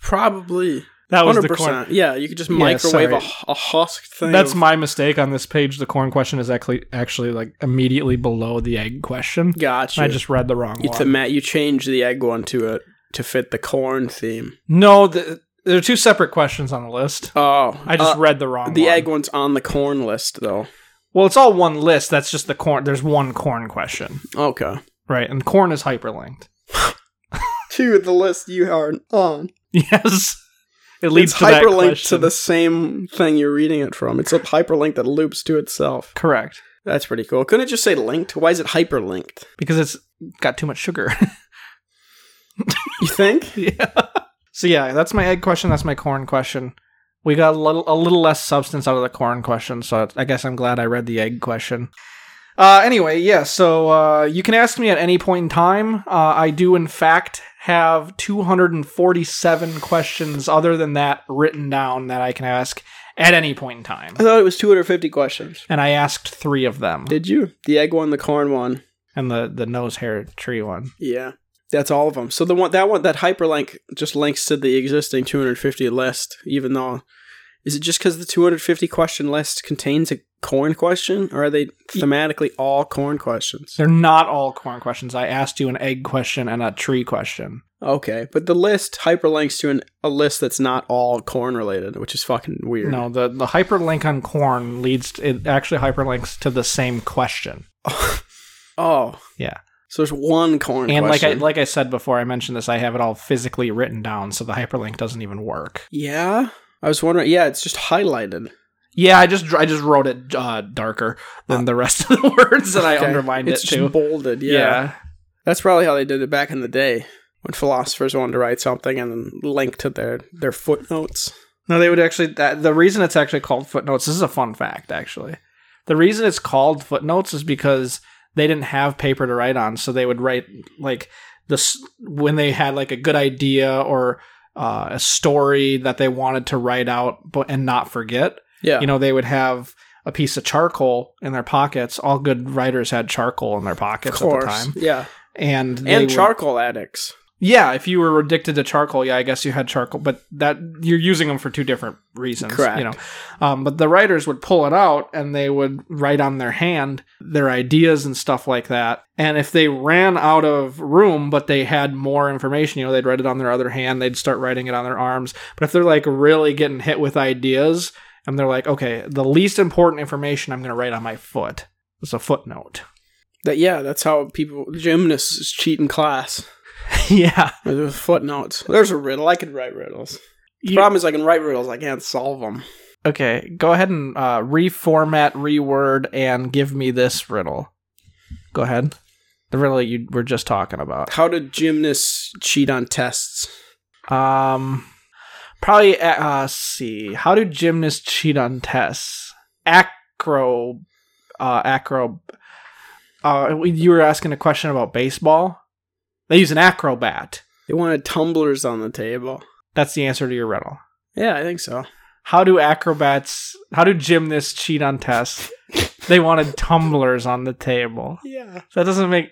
Probably.
That was the
100%.
corn.
Yeah, you could just microwave
sorry.
a, a husk thing.
That's
of-
my mistake on this page. The corn question is actually actually like immediately below the egg question.
Gotcha.
I just read the wrong
You
one.
th- Matt, you changed the egg one to a to fit the corn theme.
no, the, there are two separate questions on the list.
Oh,
I just
uh,
read the wrong.
the
one.
egg one's on the corn list though.
Well, it's all one list. That's just the corn. There's one corn question,
Okay,
right? And corn is hyperlinked.
Two of the list you are on.
Yes, it leads
it's
to
hyperlinked
that
to
question.
the same thing you're reading it from. It's a hyperlink that loops to itself.
Correct,
That's pretty cool. Couldn't it just say linked? Why is it hyperlinked?
because it's got too much sugar.
You think?
yeah. So yeah, that's my egg question. That's my corn question. We got a little, a little less substance out of the corn question, so I guess I'm glad I read the egg question. Uh, anyway, yeah. So uh, you can ask me at any point in time. Uh, I do, in fact, have 247 questions other than that written down that I can ask at any point in time,
I thought it was 250 questions.
and I asked three of them,
Did you? The egg one, the corn one.
and the the nose hair tree one.
Yeah. That's all of them. So the one that one that hyperlink just links to the existing 250 list even though is it just cuz the 250 question list contains a corn question or are they thematically all corn questions?
They're not all corn questions. I asked you an egg question and a tree question.
Okay, but the list hyperlinks to an, a list that's not all corn related, which is fucking weird.
No, the, the hyperlink on corn leads to, it actually hyperlinks to the same question.
Oh.
Yeah.
So there's one corn
And like I
question.
like I said before, I mentioned this. I have it all physically written down, so the hyperlink doesn't even work.
Yeah. I was wondering. Yeah, it's just highlighted.
Yeah, I just dr- I just wrote it uh, darker than the rest of the words that I underlined
it's
it
just
too.
bolded.
yeah.
yeah. That's probably how they did it back in the day when philosophers wanted to write something and then link to their, their footnotes.
No, they would actually. That, the reason it's actually called footnotes. This is a fun fact, actually. The reason it's called footnotes is because they didn't have paper to write on, so they would write like this when they had like a good idea or uh, a story that they wanted to write out, but and not forget.
Yeah.
You know, they would have a piece of charcoal in their pockets. All good writers had charcoal in their
of
pockets at the
course.
time,
Yeah.
and they
And
would-
charcoal addicts.
yeah, if you were addicted to charcoal, yeah, I guess you had charcoal, but that you're using them for two different reasons,
Correct.
You know, um, but the writers would pull it out and they would write on their hand their ideas and stuff like that. And if they ran out of room, but they had more information, you know, they'd write it on their other hand. They'd start writing it on their arms. But if they're like really getting hit with ideas, and they're like, okay, the least important information I'm going to write on my foot. It's a footnote.
That yeah, that's how people gymnasts cheat in class
yeah.
with- with footnotes. There's a riddle. I could write riddles. The
You-
problem is I can write riddles. I can't solve them.
Okay, go ahead and uh, reformat, reword, and give me this riddle. Go ahead. The riddle you were just talking about.
How do gymnasts cheat on tests?
Um, probably. Uh, uh, see, how do gymnasts cheat on tests? Acro, uh, acro. Uh, you were asking a question about baseball. They use an acrobat.
They wanted tumblers on the table.
That's the answer to your riddle.
Yeah, I think so.
How do acrobats? How do gymnasts cheat on tests? they wanted tumblers on the table.
Yeah.
That doesn't make.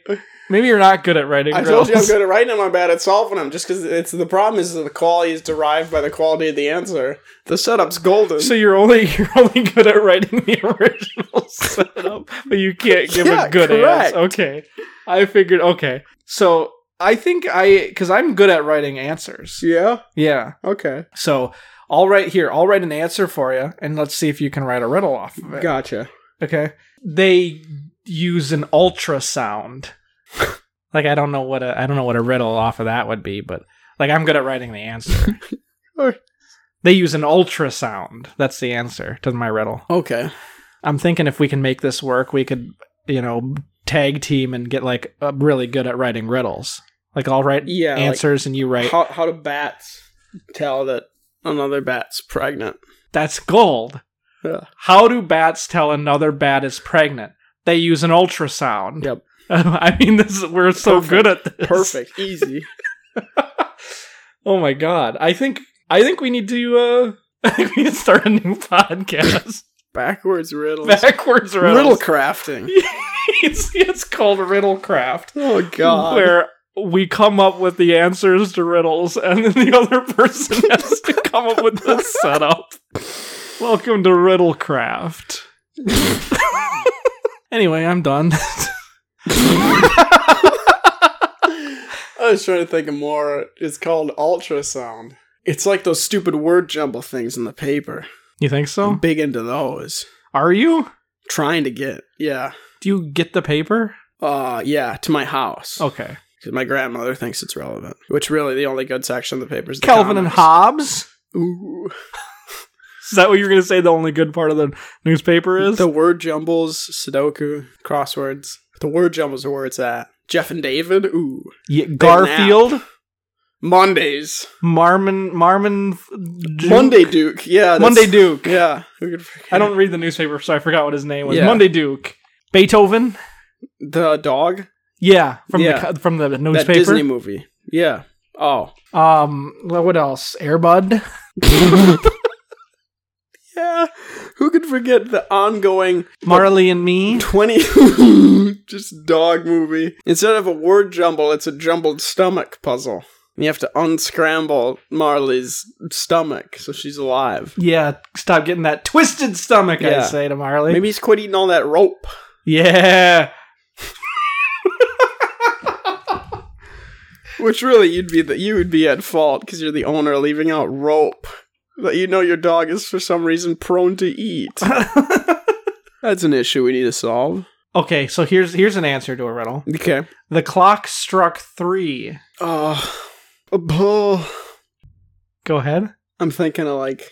Maybe you're not good at writing.
I told you I'm
riddles.
good at writing them. I'm bad at solving them. Just because it's the problem is that the quality is derived by the quality of the answer. The setup's golden.
So you're only you're only good at writing the original setup, but you can't give
Yeah,
a good
correct.
answer. Okay, I figured. Okay, so I think I because I'm good at writing answers.
yeah.
Yeah.
Okay.
So I'll write here. I'll write an answer for you, and let's see if you can write a riddle off of it.
Gotcha.
Okay. They use an ultrasound. like I don't know what a I don't know what a riddle off of that would be, but like I'm good at writing the answer.
Or-
they use an ultrasound. That's the answer to my riddle.
Okay.
I'm thinking if we can make this work, we could, you know, tag team and get like uh, really good at writing riddles. Like I'll write
Yeah, like-
answers and you write.
How how do bats tell that another bat's pregnant?
That's gold.
Yeah.
How do bats tell another bat is pregnant? They use an ultrasound.
Yep.
I mean, this is- we're so
Perfect.
good at this.
Perfect. Easy.
oh my god! I think I think we need to uh, I think we need to start a new podcast.
Backwards riddles.
Backwards riddles.
Riddle crafting.
it's, it's called Riddlecraft,
Oh god.
where we come up with the answers to riddles, and then the other person has to come up with the setup. Welcome to Riddlecraft. anyway, I'm done.
I was trying to think of more. It's called ultrasound.
It's like those stupid word jumble things in the paper.
you think
I'm
so?
big into those.
Are you?
Trying to get, yeah.
Do you get the paper?
Uh, yeah, to my house.
Okay.
Because my grandmother thinks it's relevant. Which really, the only good section of the paper is the
Calvin and
comics.
Hobbes?
Ooh.
Is that what you're going to say the only good part of the newspaper is?
The word jumbles, Sudoku, crosswords. The word jumbles are where it's at. Jeff and David, ooh.
Ye- Garfield?
Mondays.
Marmon? Marmon? Duke?
Monday Duke, yeah. that's-
Monday Duke.
Yeah. Who could forget?
I don't read the newspaper, so I forgot what his name was.
Yeah.
Monday Duke. Beethoven?
The dog?
Yeah, from
Yeah.
the co- from the
That Disney
newspaper.
movie. Yeah. Oh.
Um, well, what else? Airbud.
Yeah. Who could forget the ongoing
Marley and Me.
20 just dog movie. Instead of a word jumble, it's a jumbled stomach puzzle. And you have to unscramble Marley's stomach so she's alive.
Yeah, stop getting that twisted stomach. I
Yeah.
say to Marley.
Maybe he's quit eating all that rope.
Yeah.
Which really you'd be the, you would be at fault because you're the owner leaving out rope that you know your dog is for some reason prone to eat. That's an issue we need to solve.
Okay, so here's here's an answer to a riddle.
Okay.
The clock struck three.
Oh, a bull.
Go ahead.
I'm thinking of like,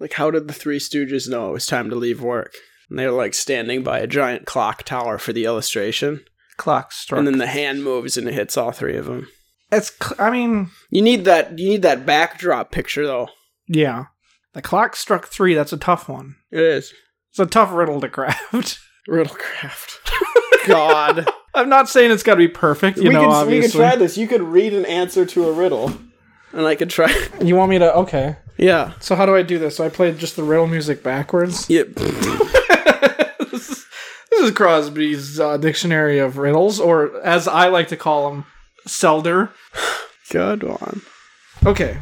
like how did the Three Stooges know it was time to leave work? And they were like standing by a giant clock tower for the illustration,
Clock struck.
and then the hand moves and it hits all three of them.
it's. Cl- I mean,
You need that. You need that backdrop picture though.
yeah. The clock struck three. That's a tough one.
It is
It's a tough riddle to craft.
Riddlecraft. God,
I'm not saying it's got to be perfect. You
we
know,
could we could
obviously.
try this. You could read an answer to a riddle, and I could try.
you want me to? Okay.
yeah.
So how do I do this? So I play just the riddle music backwards.
Yep.
this is- this is Crosby's uh, dictionary of riddles, or as I like to call them, Selder.
Good one.
Okay.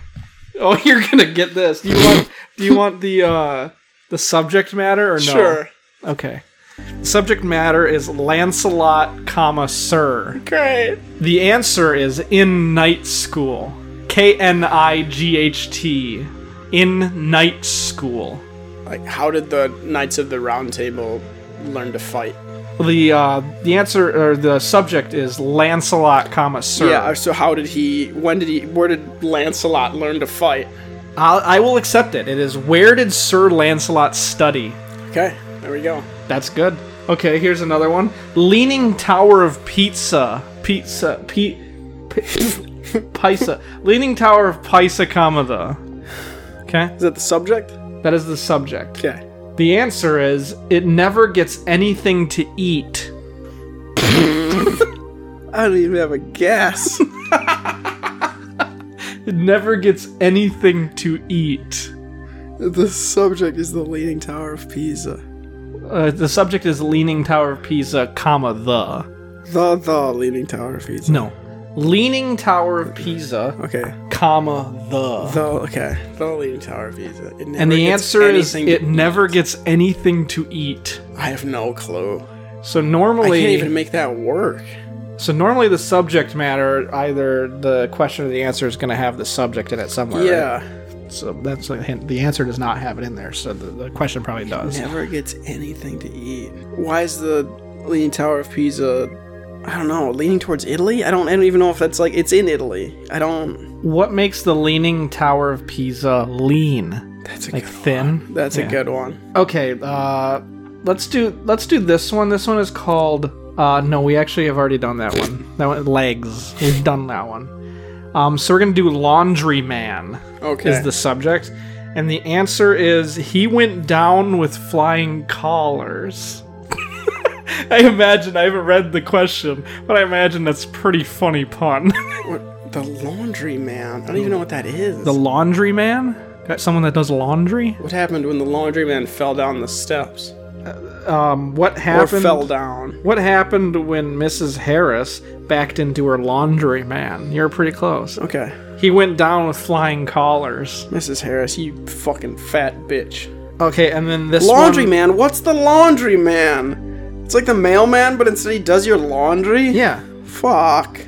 Oh, you're gonna get this. Do you want? do you want the uh, the subject matter or no?
Sure.
Okay. Subject matter is Lancelot, comma Sir.
Great.
The answer is in night school. K N I G H T. In night school.
Like, how did the Knights of the Round Table learn to fight?
The uh, the answer or the subject is Lancelot, comma Sir.
Yeah. So how did he? When did he? Where did Lancelot learn to fight?
I'll, I will accept it. It is where did Sir Lancelot study?
Okay. There we go.
That's good. Okay, here's another one. Leaning Tower of Pizza. Pizza. P. p- Pisa. Leaning Tower of Pisa, comma the. Okay,
Is that the subject?
that is the subject.
Okay.
The answer is it never gets anything to eat.
I don't even have a guess.
It never gets anything to eat.
the subject is the Leaning Tower of Pisa.
Uh, the subject is Leaning Tower of Pisa, comma the.
The the Leaning Tower of Pisa.
No. Leaning Tower of Pisa,
Okay.
comma the.
The okay. The Leaning Tower of Pisa. It never
And the
gets
answer is
anything to
it
eat.
never gets anything to eat.
I have no clue.
So
I can't
normally,
even make that work.
so normally the subject matter, either the question or the answer, is going to have the subject in it somewhere. right?
Yeah.
So that's a hint. The answer does not have it in there. So the, the question probably does.
Never gets anything to eat. Why is the Leaning Tower of Pisa? I don't know. Leaning towards Italy? I don't. I don't even know if that's like it's in Italy. I don't.
What makes the Leaning Tower of Pisa lean?
That's a
Like
good
thin.
One. That's
Yeah.
a good one.
Okay. Uh, let's do let's do this one. This one is called. Uh, no, we actually have already done that one. That one legs. We've done that one. Um, so we're gonna do Laundry Man.
Okay.
is the subject. And the answer is he went down with flying collars. I imagine, I haven't read the question, but I imagine that's a pretty funny pun.
What- The laundry man. I don't even know what that is.
the laundry man? Got someone that does laundry?
what happened when the laundry man fell down the steps?
um, what
or
happened?
fell down.
What happened when Mrs. Harris backed into her laundry man? You're pretty close.
Okay.
He went down with flying collars.
Mrs. Harris, you fucking fat bitch.
Okay, and then this
Laundry
one-
man? What's the laundry man? It's like the mailman, but instead he does your laundry?
Yeah.
Fuck.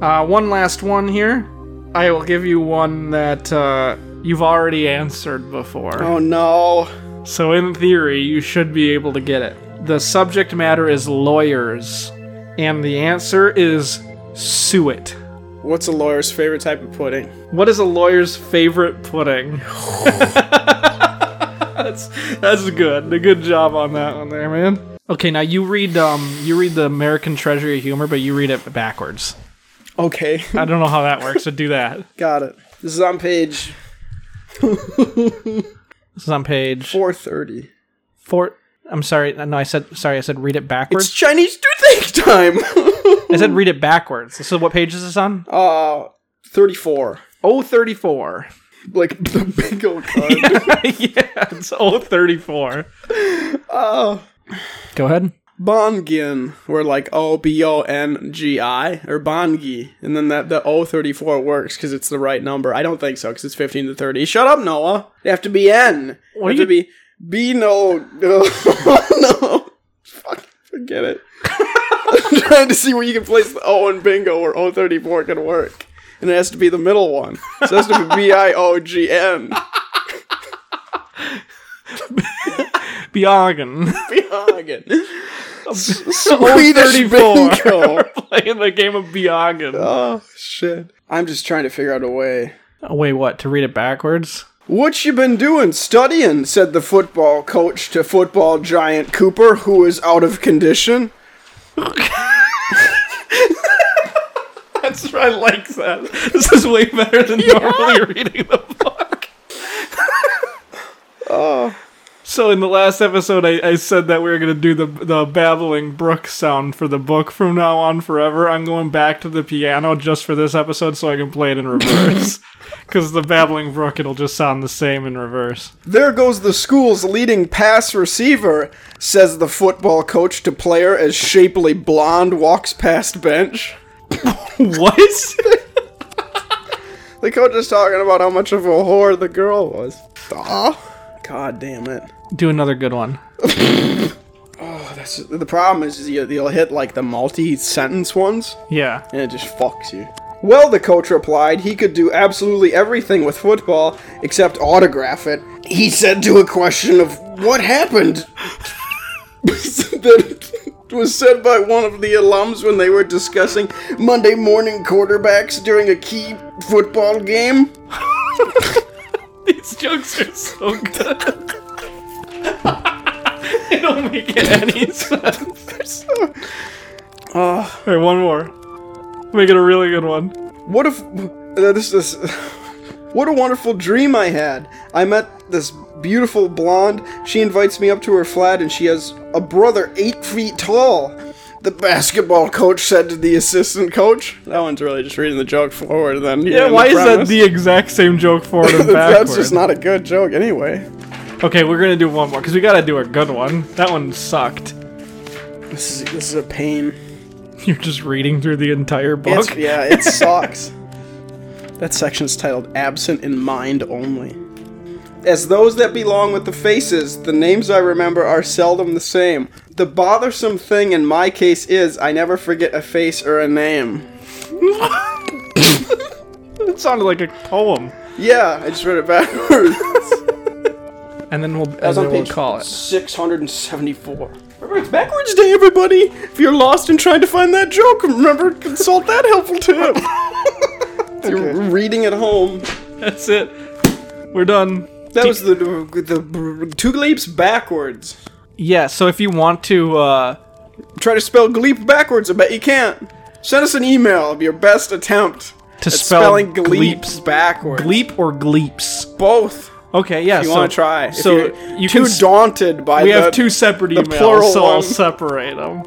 Uh, one last one here. I will give you one that uh, you've already answered before.
Oh no.
So, in theory, you should be able to get it. The subject matter is lawyers, and the answer is suet.
What's a lawyer's favorite type of pudding?
What is a lawyer's favorite pudding? that's that's good. A good job on that one there, man. Okay, now you read um you read the American Treasury of Humor, but you read it backwards.
Okay,
I don't know how that works, so do that.
got it. This is on page
This is on page
430.
four. I'm sorry. No, I said sorry. I said read it
It's
backwards.
Chinese toothache time!
I said read it backwards. So what page is this on?
uh, 34.
Oh, 34.
Like the big old card.
yeah, it's 034.
Oh.
Go ahead.
Bongin, or like O B O N G I, or Bongi. And then that the O thirty four works because it's the right number. I don't think so because it's 15 to 30. Shut up, Noah. They have to be N. They
What
have
are
to be B no. No. no. Fuck, forget it. I'm trying to see where you can place the O in bingo where O thirty four can work. And it has to be the middle one. So it has to be B I O G N.
Biogan.
Oh, Swedish
Oh,
bingo.
034. Playing the game of Biogan.
Oh shit. I'm just trying to figure out a way.
Oh, Wait, what? To read it backwards?
What you been doing studying? said the football coach to football giant Cooper, who is out of condition.
That's I like that. This is way better than normally reading the book. Oh. So in the last episode, I, I said that we were gonna do the the babbling brook sound for the book from now on forever. I'm going back to the piano just for this episode so I can play it in reverse. Because the babbling brook, it'll just sound the same in reverse.
There goes the school's leading pass receiver, says the football coach to player as shapely blonde walks past bench.
What?
The coach is talking about how much of a whore the girl was. Aw. God damn it.
do another good one.
Oh, That's, the problem is, is you, you'll hit like the multi sentence ones.
Yeah.
and it just fucks you. Well, the coach replied, he could do absolutely everything with football except autograph it. He said to a question of what happened that was said by one of the alums when they were discussing Monday morning quarterbacks during a key football game.
These jokes are so good. they don't make any sense.
Ah,
All right, one more. Make it a really good one.
what if uh, this is what a wonderful dream I had. I met this beautiful blonde. She invites me up to her flat, and she has a brother eight feet tall. The basketball coach said to the assistant coach. That one's really just reading the joke forward, and then
Yeah, why is that the exact same joke forward and backwards?
That's just not a good joke, anyway.
Okay, we're gonna do one more because we gotta do a good one. That one sucked.
This is this is a pain.
You're just reading through the entire book.
It's, yeah, it sucks. that section's titled Absent in Mind Only. As those that belong with the faces, the names I remember are seldom the same. The bothersome thing in my case is I never forget a face or a name.
It sounded like a poem.
Yeah, I just read it backwards.
And then we'll, and then we'll call it.
674. Remember, it's backwards day, everybody! If you're lost and trying to find that joke, remember, consult that helpful tip! You're reading at home.
That's it. We're done.
That was the the two gleeps backwards.
Yeah. So if you want to. uh...
Try to spell gleep backwards. I bet you can't. Send us an email of your best attempt
to
at
spell
spelling
gleeps
gleeps backwards.
gleep or gleeps
both.
okay yeah
You
so,
want to try?
so
if you're
you
too
can s-
daunted by
we
the,
have two separate
the
emails
plural
so i'll
one.
separate them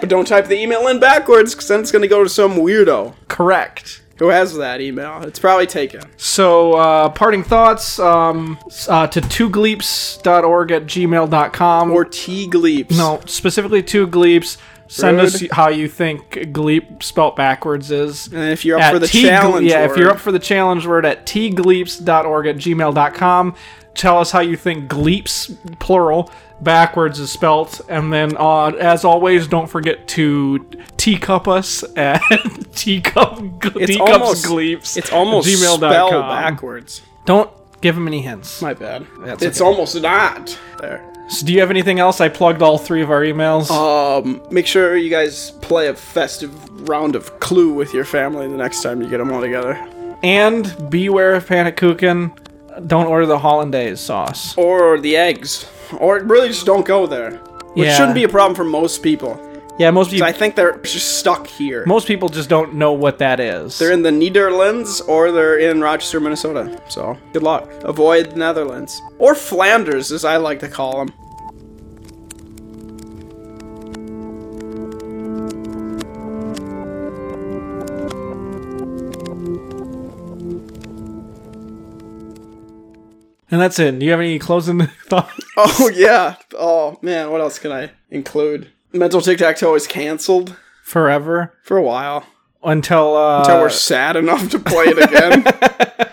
But don't type the email in backwards, because then it's gonna go to some weirdo.
correct
Who has that email? It's probably taken.
So, uh, parting thoughts um, s- uh, to twogleeps.org at gmail.com.
Or T Gleeps.
no, specifically two Gleeps. Send
Rude.
us how you think Gleep spelt backwards is.
And if you're up
At
for the
T-
challenge,
Yeah, if you're
word-
up for the challenge word at tgleeps.org at gmail.com. Tell us how you think gleeps, plural, backwards is spelt. And then, uh, as always, don't forget to teacup us at teacup,
It's
teacups
almost-
gleeps.
it's almost
gmail.com.
spelled backwards.
Don't give him any hints.
My bad.
That's
it's
okay.
almost not there.
So do you have anything else? I plugged all three of our emails.
Um, make sure you guys play a festive round of Clue with your family the next time you get them all together,
and beware of panic kuchen. Don't order the hollandaise sauce.
or the eggs, or really just don't go there, which
Yeah.
shouldn't be a problem for most people.
Yeah, most people
I think they're just stuck here.
most people just don't know what that is.
They're in the Netherlands or they're in Rochester, Minnesota. So good luck. Avoid the Netherlands or Flanders, as I like to call them.
and that's it. Do you have any closing thoughts?
Oh yeah. Oh man, what else can I include? Mental Tic Tac Toe is canceled
Forever
for a while
until uh,
until we're sad enough to play it again.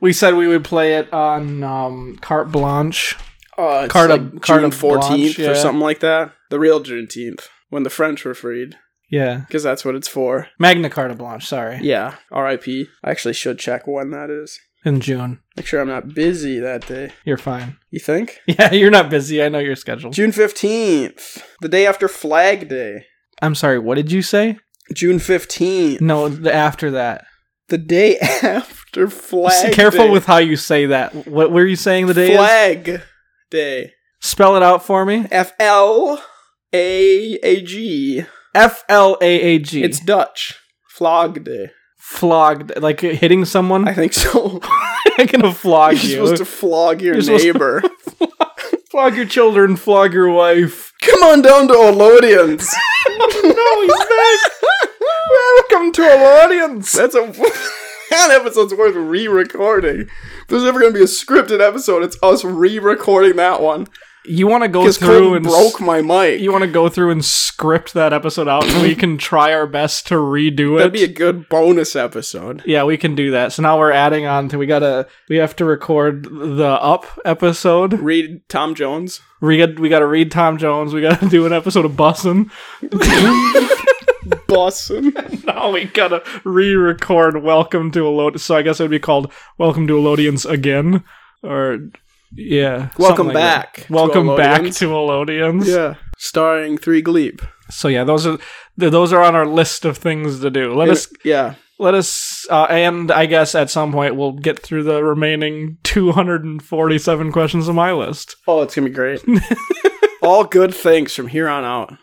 we said we would play it on um, carte blanche.
uh, it's
Carta-
like
Carta
June fourteenth
Blanche, yeah.
or something like that. The real Juneteenth when the French were freed,
Yeah,
because that's what it's for.
Magna Carta Blanche. Sorry,
Yeah. R.I.P. I actually should check when that is.
in June.
Make sure I'm not busy that day.
You're fine.
You think?
Yeah, you're not busy. I know your schedule.
June 15th, the day after Flag Day.
I'm sorry. What did you say?
June 15th,
No, the- after that.
the day after Flag
Careful
Day.
with how you say that. What were you saying the day is?
Flag Day.
Spell it out for me.
F L A A G.
F L A A G.
It's Dutch. Flag Day.
flogged, like hitting someone.
I think so.
I'm gonna flog
You're
you.
supposed to flog your
You're supposed to-
neighbor.
flog your children, flog your wife.
Come on down to Olodians. no, he's back.
Welcome to Alliance.
That's a that episode's worth re-recording. If there's ever gonna be a scripted episode, it's us re-recording that one
You want to go
because
through
Colton
and
broke my mic.
you want to go through and script that episode out, so we can try our best to redo it.
That'd be a good bonus episode.
yeah, we can do that. So now we're adding on to we gotta we have to record the up episode.
Read Tom Jones.
We got we gotta read Tom Jones. We gotta do an episode of Bussin.
Boston.
Now we gotta re-record Welcome to Elod. So I guess it would be called Welcome to Elodians again, or yeah,
Welcome
something like
back
that.
to
Welcome back
Elodians.
to Elodians.
yeah. Starring Three Gleep.
So yeah, those are th- those are on our list of things to do. Let us
yeah.
let us, uh, and I guess at some point we'll get through the remaining two hundred and forty-seven questions on my list.
Oh, it's gonna be great. All good things from here on out.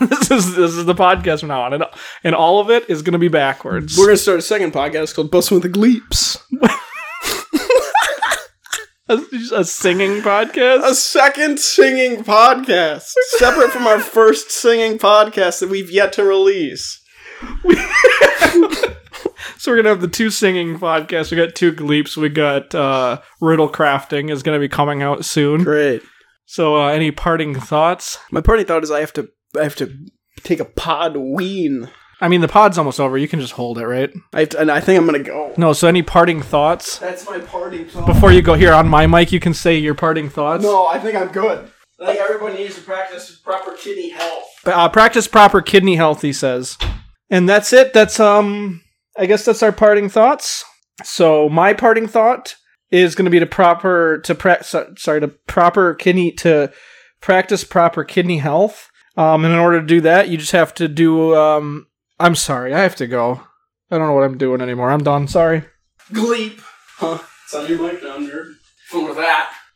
this is this is the podcast from now on, and and all of it is going to be backwards.
We're gonna start a second podcast called Bustin' with the Gleeps.
a, a singing podcast.
A second singing podcast, separate from our first singing podcast that we've yet to release.
So we're gonna have the two singing podcasts. We got two gleeps. We got uh, riddle crafting is gonna be coming out soon.
Great.
So uh, any parting thoughts?
My party thought is I have to I have to take a pod wean.
I mean, the pod's almost over. You can just hold it, right?
I have to, and I think I'm gonna go.
No. So any parting thoughts
That's my party thought.
before you go here on my mic? You can say your parting thoughts.
no, I think I'm good. I think everyone needs to practice proper kidney health.
Uh, practice proper kidney health. He says, and that's it. That's um. I guess that's our parting thoughts. So my parting thought is going to be to proper to pra- so- sorry to proper kidney to practice proper kidney health. Um, and in order to do that, you just have to do. Um, I'm sorry, I have to go. I don't know what I'm doing anymore. I'm done. Sorry.
Gleep. Huh? It's on your mic down there. Fun with that.